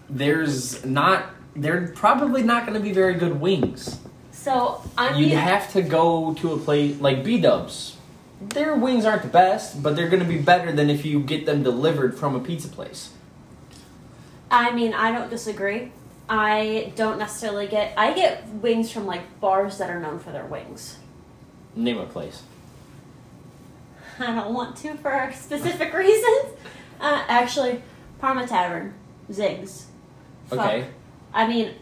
there's not. They're probably not going to be very good wings. So I You'd mean, have to go to a place like B Dubs. Their wings aren't the best, but they're going to be better than if you get them delivered from a pizza place. I mean, I don't disagree. I don't necessarily get. I get wings from like bars that are known for their wings. Name a place. I don't want to for specific reasons. Uh, actually, Parma Tavern, Ziggs. Fuck. Okay. I mean,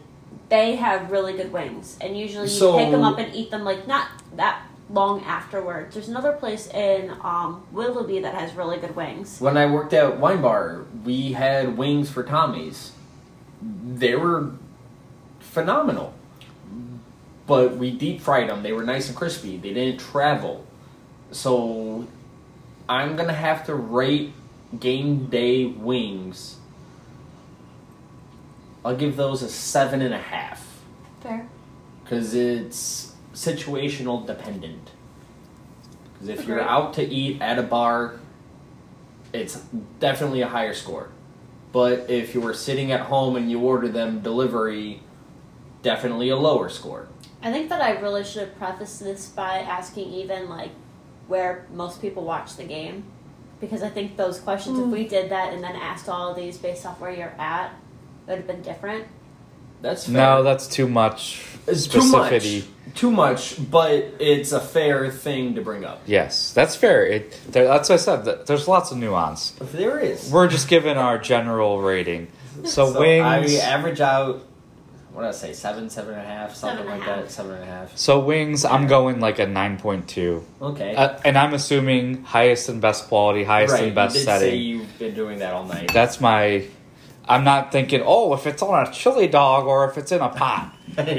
they have really good wings, and usually you So- pick them up and eat them like not that long afterwards. There's another place in um, Willoughby that has really good wings. When I worked at Wine Bar, we had wings for Tommy's. They were phenomenal. But we deep fried them. They were nice and crispy. They didn't travel. So I'm going to have to rate game day wings. I'll give those a seven and a half Fair. because it's situational dependent. Because if you're Agreed. out to eat at a bar, it's definitely a higher score. But if you were sitting at home and you order them delivery, definitely a lower score. I think that I really should have prefaced this by asking even like where most people watch the game. Because I think those questions, if we did that and then asked all of these based off where you're at, it would have been different. That's fair. no, that's too much it's too much. specificity. Too much, but it's a fair thing to bring up. Yes, that's fair. It, there, that's what I said. th- There's lots of nuance. If there is. We're just giving our general rating. So, So wings. I average out. What did I say? Seven, seven and a half, something Seven and like a half. that. Seven and a half. so wings. I'm going like a nine point two. Okay. Uh, and I'm assuming highest and best quality, highest right, and best you did setting. say you've been doing that all night. That's my. I'm not thinking. Oh, if it's on a chili dog or if it's in a pot.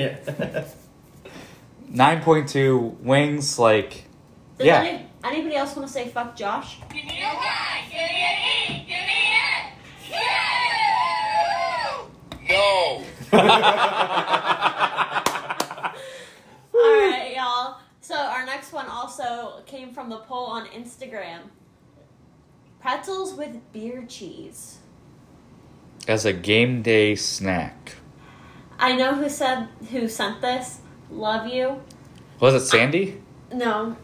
Nine point two wings, like. Does Yeah. any, anybody else want to say fuck Josh? No. Alright, y'all. So our next one also came from the poll on Instagram. Pretzels with beer cheese. As a game day snack. I know who said who sent this. Love you. Was it Sandy? No,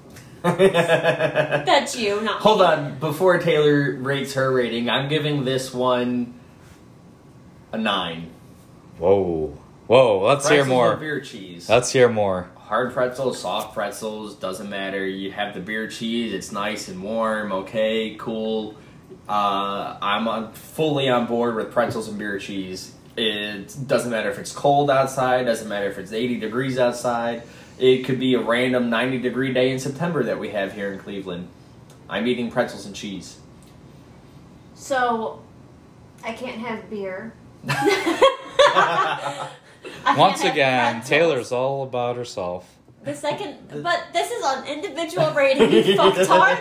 that's you, not Hold me. on, before Taylor rates her rating, I'm giving this one a nine. Whoa. Whoa. Let's hear Pretzels with more. Beer cheese. Let's hear more. Hard pretzels, soft pretzels, doesn't matter. You have the beer cheese. It's nice and warm. Okay, cool. Uh, I'm on, fully on board with pretzels and beer cheese. It doesn't matter if it's cold outside. Doesn't matter if it's 80 degrees outside. It could be a random 90 degree day in September that we have here in Cleveland. I'm eating pretzels and cheese. So, I can't have beer I Once can't have again, pretzels. Taylor's all about herself. The second, but this is on individual rating, you fucktard.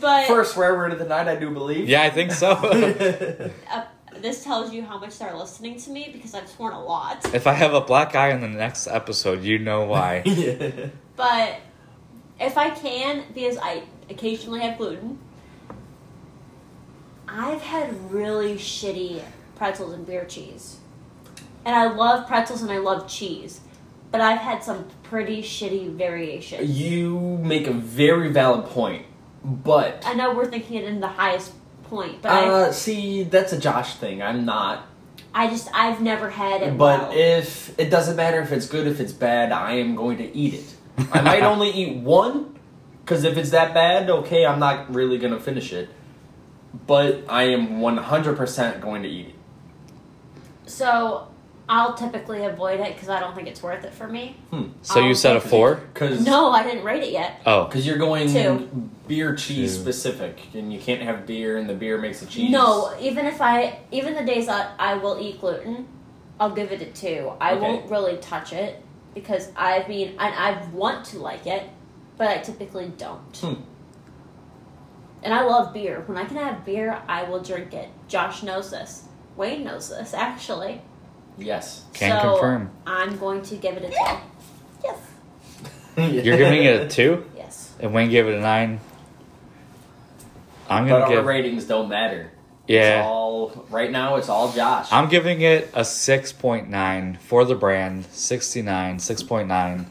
But First swear word of the night, I do believe. Yeah, I think so. uh, this tells you how much they're listening to me because I've sworn a lot. if I have a black eye in the next episode, you know why. But if I can, because I occasionally have gluten, I've had really shitty pretzels and beer cheese. And I love pretzels and I love cheese. But I've had some pretty shitty variations. You make a very valid point, but I know we're thinking it in the highest point, Uh, but uh, see, that's a Josh thing. I'm not. I, I just, I've never had it. But well. if it doesn't matter if it's good, if it's bad, I am going to eat it. I might only eat one, because if it's that bad, okay, I'm not really going to finish it. But I am 100% going to eat it. so I'll typically avoid it because I don't think it's worth it for me. Hmm. So Um, you said a four? Because No, I didn't rate it yet. Oh, you're going Two. beer cheese Two. specific, and you can't have beer, and the beer makes the cheese. No, even if I, even the days that I will eat gluten, I'll give it a two. I Okay. won't really touch it because I mean, and I want to like it, but I typically don't. Hmm. And I love beer. When I can have beer, I will drink it. Josh knows this. Wayne knows this, actually. Yes. Can so confirm. I'm going to give it a two. Yes. you're giving it a two, Yes. and Wayne gave it a nine. I'm But gonna our give. ratings don't matter. It's Yeah, all, right now, it's all Josh. I'm giving it a six point nine for the brand. Sixty nine, six point nine.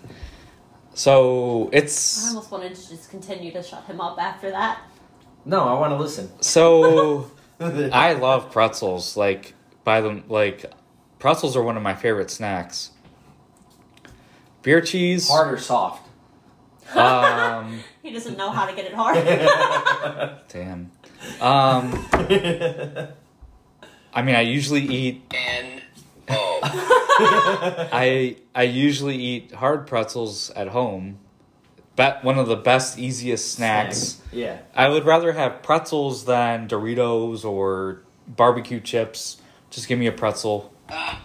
So I it's almost wanted to just continue to shut him up after that. no, I want to listen. so. I love pretzels. Like by them, like pretzels are one of my favorite snacks. Beer cheese. Hard or soft? Um, He doesn't know how to get it hard. damn. Um, I mean, I usually eat. I I usually eat hard pretzels at home. Bet one of the best, easiest snacks. Yeah. I would rather have pretzels than Doritos or barbecue chips. Just give me a pretzel. Um,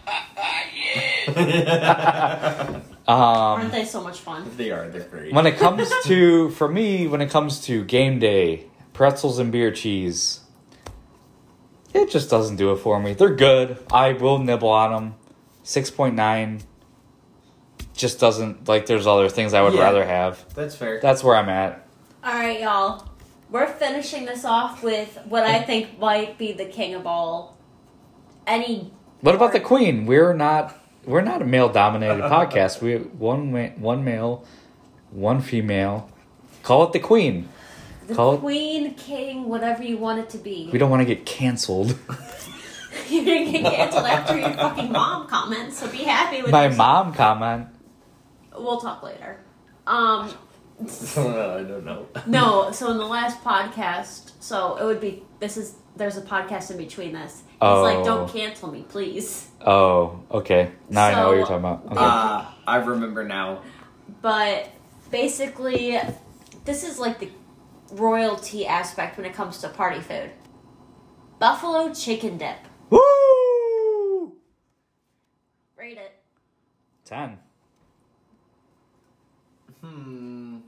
Aren't they so much fun? They are. They're great. When it comes to, for me, when it comes to game day, pretzels and beer cheese, it just doesn't do it for me. They're good. I will nibble on them. 6.9 just doesn't, like, there's other things I would Yeah. rather have. That's fair. That's where I'm at. All right, y'all. We're finishing this off with what I think might be the king of all. Any What about the queen? We're not. We're not a male dominated podcast. We one ma- one male, one female. Call it the queen. the Call it- queen, king, whatever you want it to be. We don't want to get canceled. You're gonna get canceled after your fucking mom comments, so be happy with My yourself. mom comment. We'll talk later. Um, I don't know. no. So in the last podcast, so it would be this is there's a podcast in between this. It's Oh. like don't cancel me, please. Oh, okay. Now I know what you're So, talking about. Okay. Uh, I remember now. but basically this is like the royalty aspect when it comes to party food buffalo chicken dip Woo! rate it Ten. Hmm.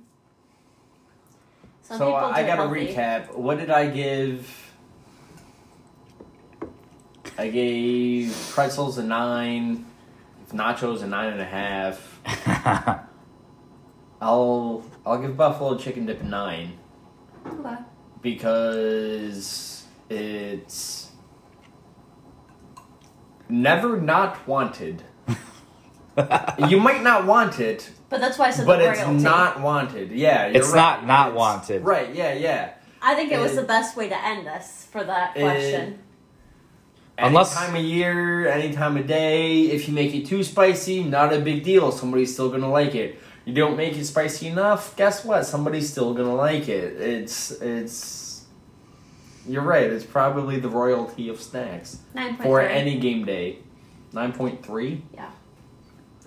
some so uh, people I do got to healthy. recap. What did I give? I gave pretzels a nine, nachos a nine and a half. I'll I'll give buffalo chicken dip a nine Okay. because it's never not wanted. you might not want it, but that's why i said but the it's royalty. not wanted. Yeah, you're It's right. not not It's- wanted. Right? Yeah, yeah. i think it was it- the best way to end this for that it- question Unless- any time of year, any time of day, if you make it too spicy, not a big deal. Somebody's still gonna like it. You don't make it spicy enough. Guess what? Somebody's still gonna like it. It's it's. You're right. It's probably the royalty of snacks 9.3 for any game day. Nine point three.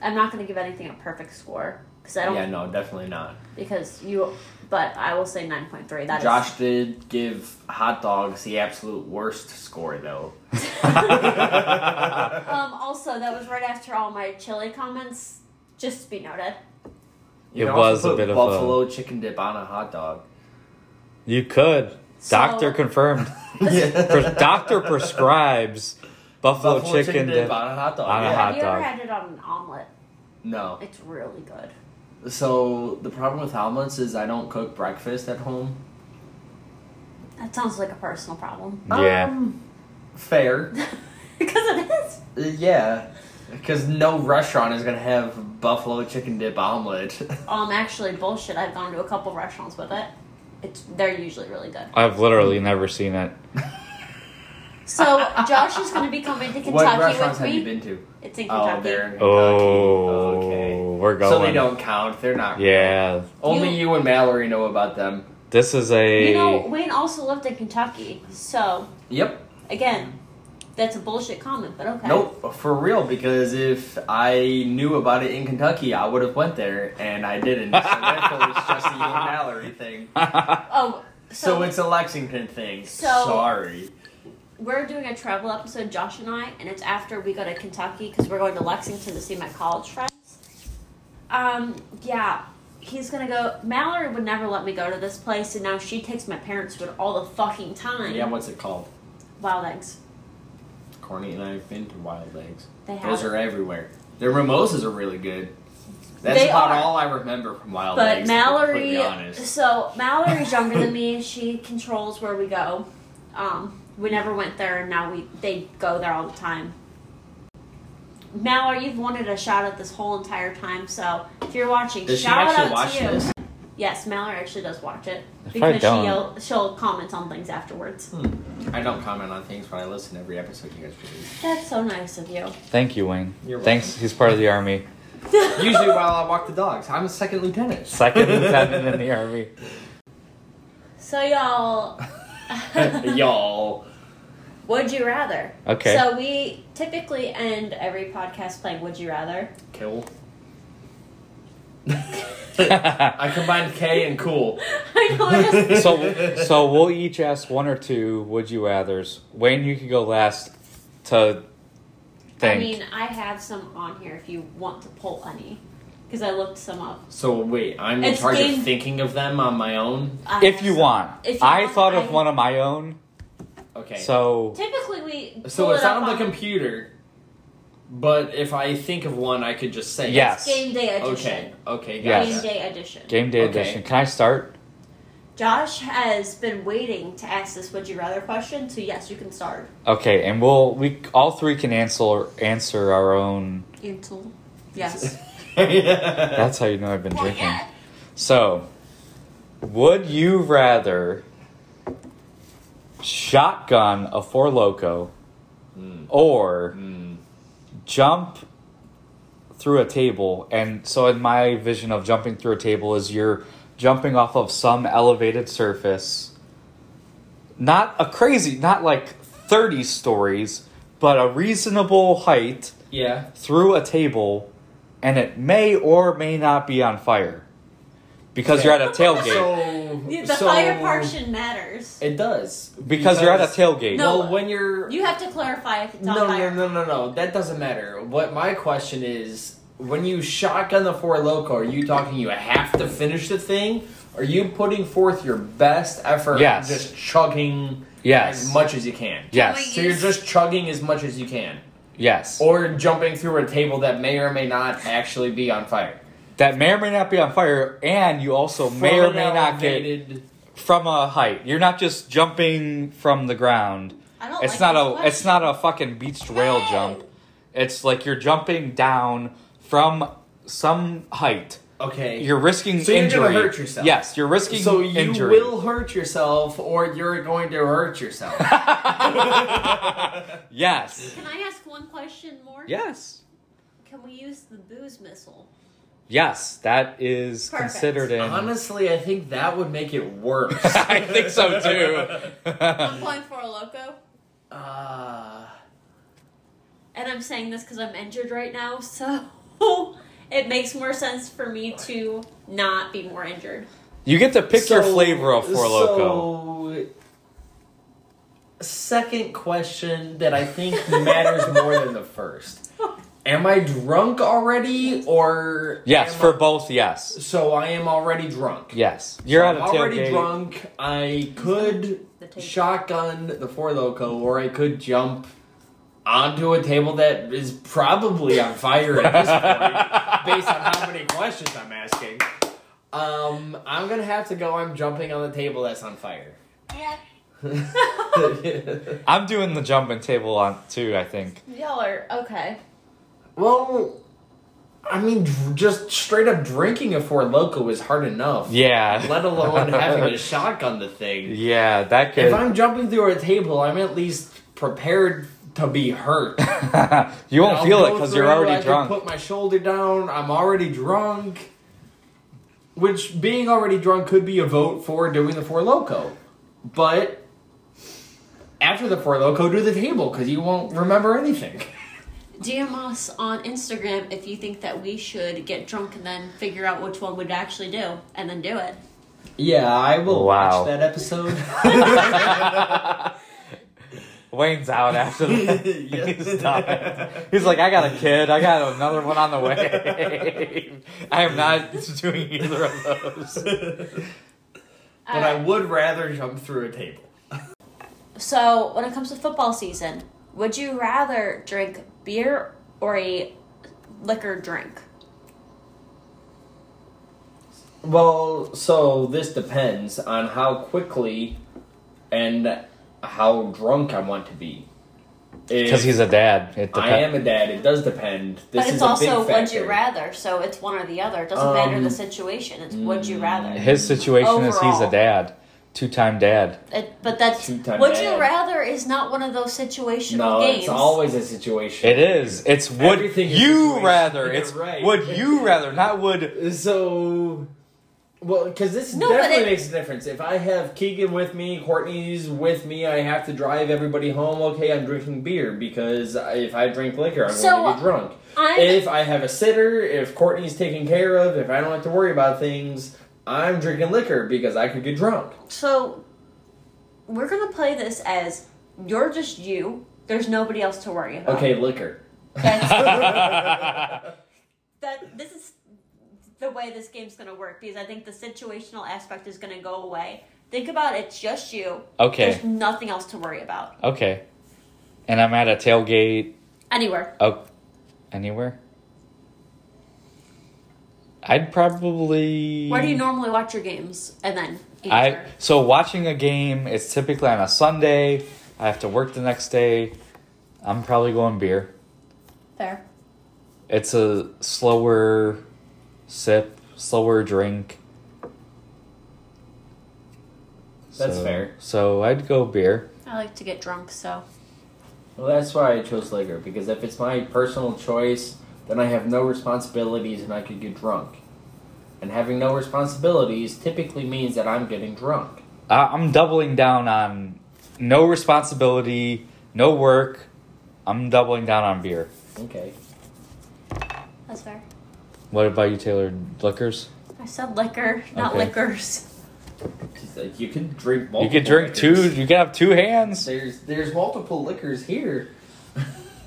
i'm not going to give anything a perfect score because i don't Yeah, no, definitely not. because you but i will say 9.3 That is Josh did give hot dogs the absolute worst score though. Um, also, that was right after all my chili comments, just to be noted. It can was also a put bit of a- buffalo chicken dip on a hot dog. you could. So- Doctor confirmed. yeah. Pres- doctor prescribes buffalo, Buffalo chicken, dip. on a hot dog. on a yeah. hot Have you ever dog. had it on an omelet? no. It's really good. So the problem with omelets is I don't cook breakfast at home. That sounds like a personal problem. Yeah. Um, fair. Because it is. Uh, yeah. Because no restaurant is gonna have buffalo chicken dip omelet. Um, actually, bullshit. I've gone to a couple restaurants with it. It's they're usually really good. I've literally never seen it. So Josh is going to be coming to what Kentucky restaurants with have you me. been to? It's in Kentucky. Oh, they're in Kentucky. Oh, okay. we're going. So they don't count. They're not. Yeah, Only You- you and Mallory know about them. this is a. You know, Wayne also lived in Kentucky. So Yep. again, that's a bullshit comment, but okay. Nope. For real, because if I knew about it in Kentucky, I would have went there, and I didn't. So therefore, it's just a you and Mallory thing. Oh, So, so, it's a Lexington thing. So- Sorry. we're doing a travel episode, Josh and I, and it's after we go to Kentucky because we're going to Lexington to see my college friends. Um, yeah, he's gonna go. Mallory would never let me go to this place, and now she takes my parents to it all the fucking time. Yeah, what's it called? Wild eggs. Corny and I have been to Wild Eggs. They have. Those it. are everywhere. Their mimosas are really good. That's They about are. all I remember from Wild But Eggs. To be Mallory, completely honest. so Mallory's younger than me. She controls where we go. Um, we never went there, and now we they go there all the time. Mallory, you've wanted a shout out this whole entire time, so if you're watching, Does she shout actually out watch to you. this? Yes, Mallory actually does watch it If I because don't- she'll she'll comment on things afterwards. Hmm. I don't comment on things, but I listen to every episode you guys release. That's so nice of you. Thank you, Wayne. You're Thanks. He's part of the army. Usually while I walk the dogs. I'm a second lieutenant. Second lieutenant in the army. So y'all, Y'all. would you rather? Okay. So we typically end every podcast playing "Would You Rather." Kill. I combined K and cool. I know. I just so, so we'll each ask one or two would you rather's. Wayne, you could go last to think. I mean, I have some on here if you want to pull any, because I looked some up. So wait, I'm in It's charge game- of thinking of them on my own. I if have you some- want. If you I want, thought of I- one of my own. Okay. So, Typically, we. so pull it's it up not on the computer, but if I think of one, I could just say it. Yes. Game day Okay. edition. Okay. Yes. Gotcha. Game day edition. game day Okay. edition. Can I start? Josh has been waiting to ask this "Would you rather" question, so yes, you can start. Okay, and we'll we all three can answer answer our own. Intel. Yes. That's how you know I've been drinking. So, would you rather shotgun a four loco Mm. or Mm. jump through a table? And so, in my vision of jumping through a table, is you're jumping off of some elevated surface, not a crazy, not like 30 stories, but a reasonable height Yeah. through a table and it may or may not be on fire because you're at a tailgate So The so fire portion matters. It does because you're at a tailgate No. Well, when you're You have to clarify if it's on no, fire. no, no, no, no. That doesn't matter. What my question is, when you shotgun the four loco, are you talking you have to finish the thing? Are you putting forth your best effort? Yes. Just chugging Yes. as much as you can. yes So you're just chugging as much as you can, yes or jumping through a table that may or may not actually be on fire. that may or may not be on fire and you also may From or an may not get elevated- from a height you're not just jumping from the ground I don't it's like not this a question. it's not a fucking beached rail Hey! jump it's like you're jumping down from some height Okay. you're risking So you're injury gonna hurt yourself. yes you're risking so you injury will hurt yourself, or you're going to hurt yourself. yes Can I ask one question more? yes Can we use the booze missile? Yes, that is Perfect. considered in. Honestly, I think that would make it worse. I think so too. I'm going for a loco. Uh, and I'm saying this because I'm injured right now, so it makes more sense for me to not be more injured. you get to pick your so- flavor of Four Loco. So, second question that I think matters more than the first. Am I drunk already, or Yes, am for I- both, yes. so I am already drunk. Yes. You're I'm at a already tailgate. drunk. I could The table. shotgun the four loco, or I could jump onto a table that is probably on fire at this point, based on how many questions I'm asking. Um, I'm gonna have to go. I'm jumping on the table that's on fire. I'm doing the jumping table on too, I think. Y'all are okay. well, I mean, dr- just straight up drinking a four loco is hard enough. Yeah. Let alone having a shotgun the thing. Yeah, that could If I'm jumping through a table, I'm at least prepared to be hurt. You won't I'll feel it go because you're through, already I can drunk. put my shoulder down. I'm already drunk. Which being already drunk could be a vote for doing the four loco, but after the four loco, do the table because you won't remember anything. DM us on Instagram if you think that we should get drunk and then figure out which one we'd actually do and then do it. Yeah, I will Wow. watch that episode. Wayne's out after that. He's Yes. done. He's like, I got a kid. I got another one on the way. I am not doing either of those. But I would rather jump through a table. So, when it comes to football season, would you rather drink beer or a liquor drink? Well, so this depends on how quickly and how drunk I want to be. Because he's a dad. It I depends. am a dad. It does depend. This but is it's a also big would factor. you rather, so it's one or the other. It doesn't Um, mm, matter the situation. It's would you rather. His situation is he's a Overall. dad, two time dad. It, but that's would Two-time you dad. rather is not one of those situational No, games. it's always a situation. It is. It's would Everything is you situation. rather? You're It's right. would you rather? Not would. So, well, because this No, but definitely it- makes a difference. If I have Keegan with me, Courtney's with me, I have to drive everybody home. Okay, I'm drinking beer because I- if I drink liquor, I'm So, going to get drunk. I'm- if I have a sitter, if Courtney's taken care of, if I don't have to worry about things, I'm drinking liquor because I could get drunk. So we're gonna play this as you're just you. There's nobody else to worry about. Okay, liquor. That's, that this is the way this game's gonna work because I think the situational aspect is gonna go away. Think about it, it's just you. Okay. There's nothing else to worry about. Okay. And I'm at a tailgate. Anywhere. Oh, anywhere. I'd probably. Where do you normally watch your games? And then I answer. so watching a game. It's typically on a Sunday. I have to work the next day. I'm probably going beer. Fair. It's a slower sip, slower drink. That's So- fair. So I'd go beer. I like to get drunk, so Well, that's why I chose liquor because if it's my personal choice, then I have no responsibilities and I could get drunk. And having no responsibilities typically means that I'm getting drunk. I, I'm doubling down on no responsibility, no work. I'm doubling down on beer. Okay. that's fair. What about you, Taylor? Liquors? I said liquor, not Okay. liquors. Just like, You could drink multiple You could drink two. liquors. You could have two hands. There's there's multiple liquors here.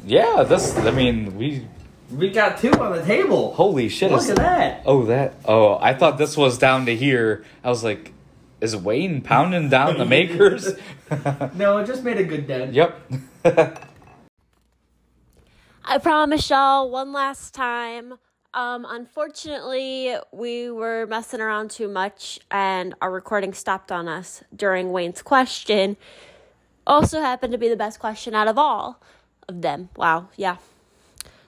Yeah, this. I mean, we. We got two on the table. Holy shit! Look is- at that. Oh, that. Oh, I thought this was down to here. I was like, is Wayne pounding down the makers? No, it just made a good dent. yep. I promise y'all one last time. Um, unfortunately, we were messing around too much and our recording stopped on us during Wayne's question. Also happened to be the best question out of all of them. Wow, yeah.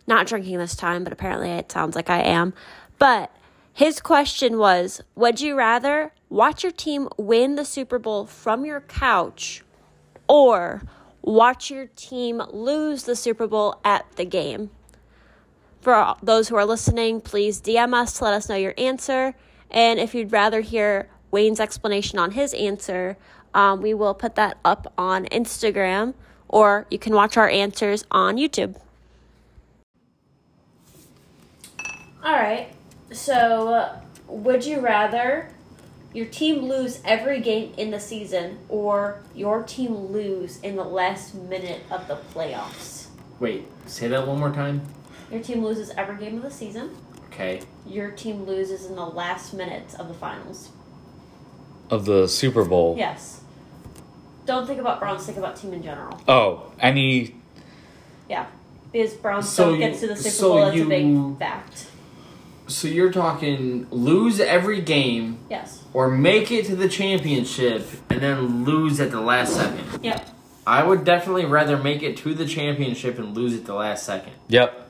Not drinking this time, but apparently it sounds like I am. But his question was Would you rather watch your team win the Super Bowl from your couch or watch your team lose the Super Bowl at the game. For all- those who are listening, please DM us to let us know your answer. And if you'd rather hear Wayne's explanation on his answer, um, we will put that up on Instagram, or you can watch our answers on YouTube. All right. So, uh, would you rather your team lose every game in the season or your team lose in the last minute of the playoffs. Wait, say that one more time. Your team loses every game of the season. Okay. Your team loses in the last minutes of the finals. of the Super Bowl. Yes. Don't think about Browns, think about team in general. Oh, any Yeah. Because Browns So don't get you- to the Super so Bowl, that's you- a big fact. So you're talking lose every game Yes. or make it to the championship and then lose at the last second. Yep. I would definitely rather make it to the championship and lose at the last second. Yep.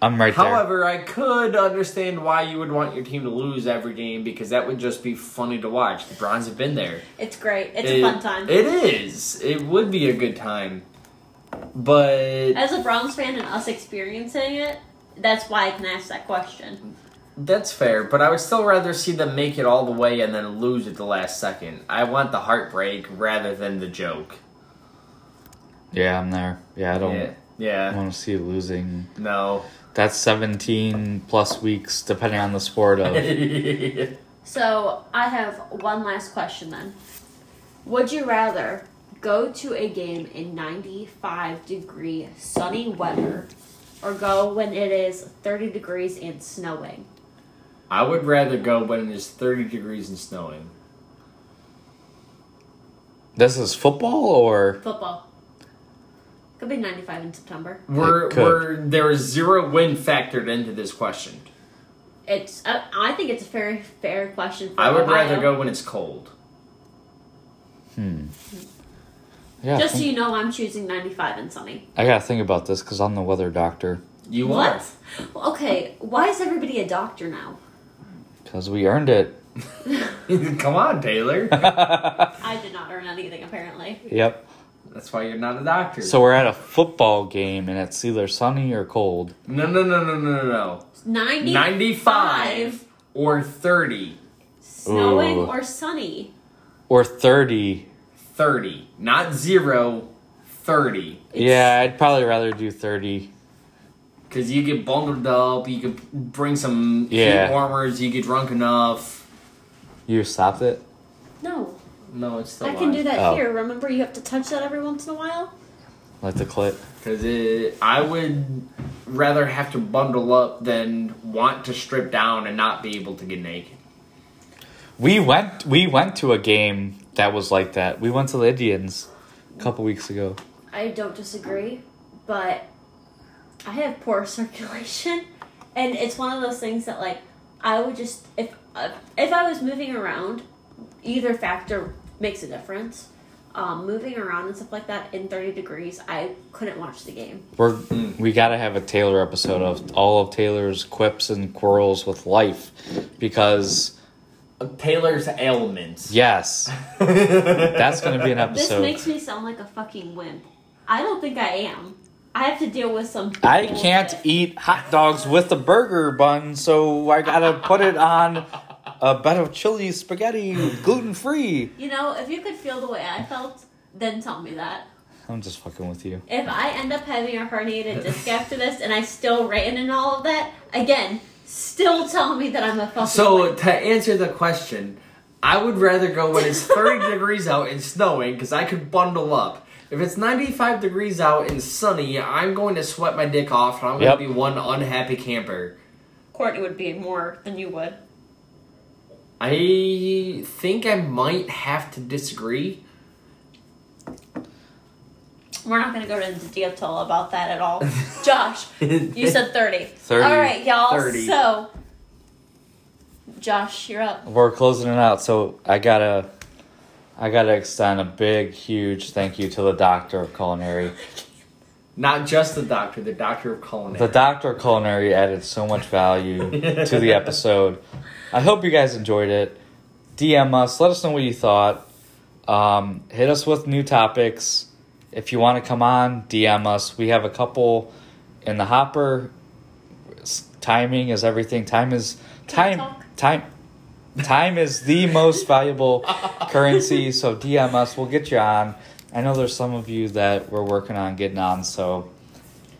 I'm right there. However, I could understand why you would want your team to lose every game because that would just be funny to watch. The Browns have been there. It's great. It's It- a fun time. It is. It would be a good time. But As a Browns fan and us experiencing it, that's why I can ask that question. that's fair. But I would still rather see them make it all the way and then lose at the last second. I want the heartbreak rather than the joke. Yeah, I'm there. Yeah, I don't Yeah. Yeah. want to see losing. No. That's 17 plus weeks, depending on the sport of. So I have one last question then. Would you rather go to a game in 95 degree sunny weather or go when it is 30 degrees and snowing? I would rather go when it is 30 degrees and snowing. this is football or Football. Could be 95 in September. We're, could. we're, there is zero win factored into this question. It's I, I think it's a fair fair question. For I would Ohio. rather go when it's cold. yeah? I Just so think- you know, I'm choosing 95 and sunny. I gotta think about this because I'm the weather doctor. You are. What? Okay, why is everybody a doctor now? Because we earned it. Come on, Taylor. I did not earn anything apparently. Yep. That's why you're not a doctor. So we're at a football game and it's either sunny or cold. no, no, no, no, no, no, no. 90, 95 or 30. snowing Ooh. or sunny. Or 30. 30. Not zero, 30. yeah, I'd probably rather do 30. Because you get bundled up, you could bring some Yeah. heat warmers, you get drunk enough. You stopped it? No, No, it's still I can do that Oh. here. Remember, you have to touch that every once in a while. Like the clip. Because I would rather have to bundle up than want to strip down and not be able to get naked. We went we went to a game that was like that. We went to the Indians a couple weeks ago. I don't disagree, but I have poor circulation, and it's one of those things that like I would just if uh, if I was moving around, either factor makes a difference. Um, moving around and stuff like that in 30 degrees, I couldn't watch the game. We're Mm. we gotta have a Taylor episode of all of Taylor's quips and quarrels with life. Because Taylor's ailments. yes, that's gonna be an This episode. makes me sound like a fucking wimp. I don't think I am. I have to deal with some. I can't bullshit. eat hot dogs with a burger bun, so I gotta put it on a bed of chili spaghetti, gluten free. You know, if you could feel the way I felt, then tell me that. I'm just fucking with you. If I end up having a herniated disc after this and I still written and all of that, again, still tell me that I'm a fucking. So wimp. to answer the question, I would rather go when it's 30 degrees out and snowing because I could bundle up. If it's 95 degrees out and sunny, I'm going to sweat my dick off and I'm Yep. going to be one unhappy camper. Courtney would be more than you would. I think I might have to disagree. We're not going to go into detail about that at all. Josh, you said 30. 30. All right, y'all. 30. So, Josh, you're up. We're closing it out, so I gotta, I gotta extend a big, huge thank you to the doctor of culinary. Not just the doctor, the doctor of culinary. The doctor of culinary added so much value to the episode. I hope you guys enjoyed it. DM us, let us know what you thought. Um, hit us with new topics. If you want to come on, DM us. We have a couple in the hopper. S- Timing is everything. Time is Can I time talk? time time is the most valuable currency. So DM us, we'll get you on. I know there's some of you that we're working on getting on, so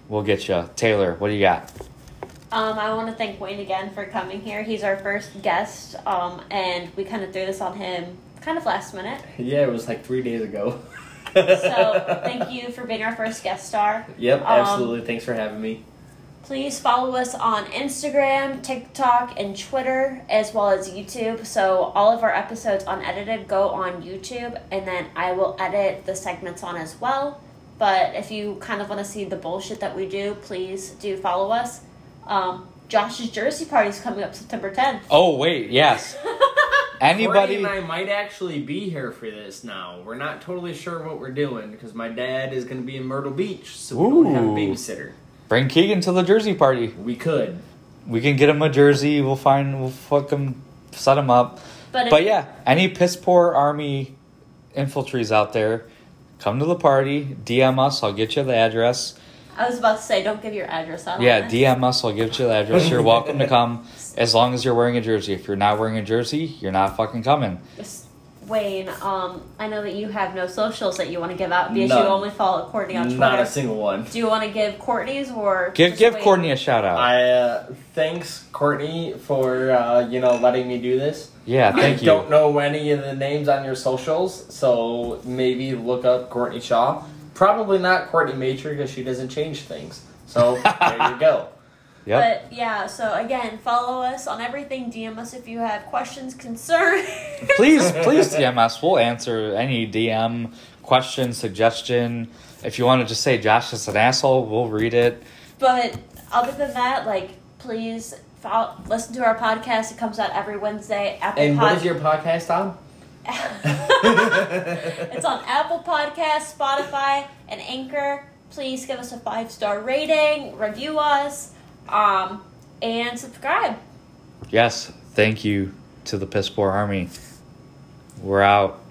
we'll get you. Taylor, what do you got? Um, I want to thank Wayne again for coming here. He's our first guest, um, and we kind of threw this on him kind of last minute. Yeah, it was like three days ago. So thank you for being our first guest star. Yep, Um, absolutely. Thanks for having me. Please follow us on Instagram, TikTok, and Twitter, as well as YouTube. So all of our episodes unedited go on YouTube, and then I will edit the segments on as well. But if you kind of want to see the bullshit that we do, please do follow us. Um, Josh's jersey party is coming up September 10th. Oh wait, yes. Anybody Anybody? and I might actually be here for this now. We're not totally sure what we're doing because my dad is going to be in Myrtle Beach, so we don't have a Ooh. babysitter. Bring Keegan to the jersey party. We could. We can get him a jersey. We'll find. We'll fuck him. Set him up. But, if- But yeah, any piss poor army infantries out there, come to the party. DM us. I'll get you the address. I was about to say, don't give your address out. on Yeah, this. DM us. I'll get you the address. You're welcome to come as long as you're wearing a jersey. If you're not wearing a jersey, you're not fucking coming. Yes, Wayne, um, I know that you have no socials that you want to give out because None. you only follow Courtney on Twitter. Not a single one. Do you want to give Courtney's or Give just give wait? Courtney a shout out. I uh, thanks Courtney for uh, you know letting me do this. yeah, thank I you. don't know any of the names on your socials, so maybe look up Courtney Shaw. Probably not Courtney Matry because she doesn't change things. So there you go. Yep. But yeah, so again, follow us on everything. DM us if you have questions, concerns. please please DM us. We'll answer any DM question, suggestion. If you want to just say Josh is an asshole, we'll read it. but other than that, like please follow, listen to our podcast. It comes out every Wednesday. Apple And what Pod- is your podcast on? it's on Apple Podcasts, Spotify, and Anchor. Please give us a five star rating, review us, um, and subscribe. Yes, thank you to the piss poor army. We're out.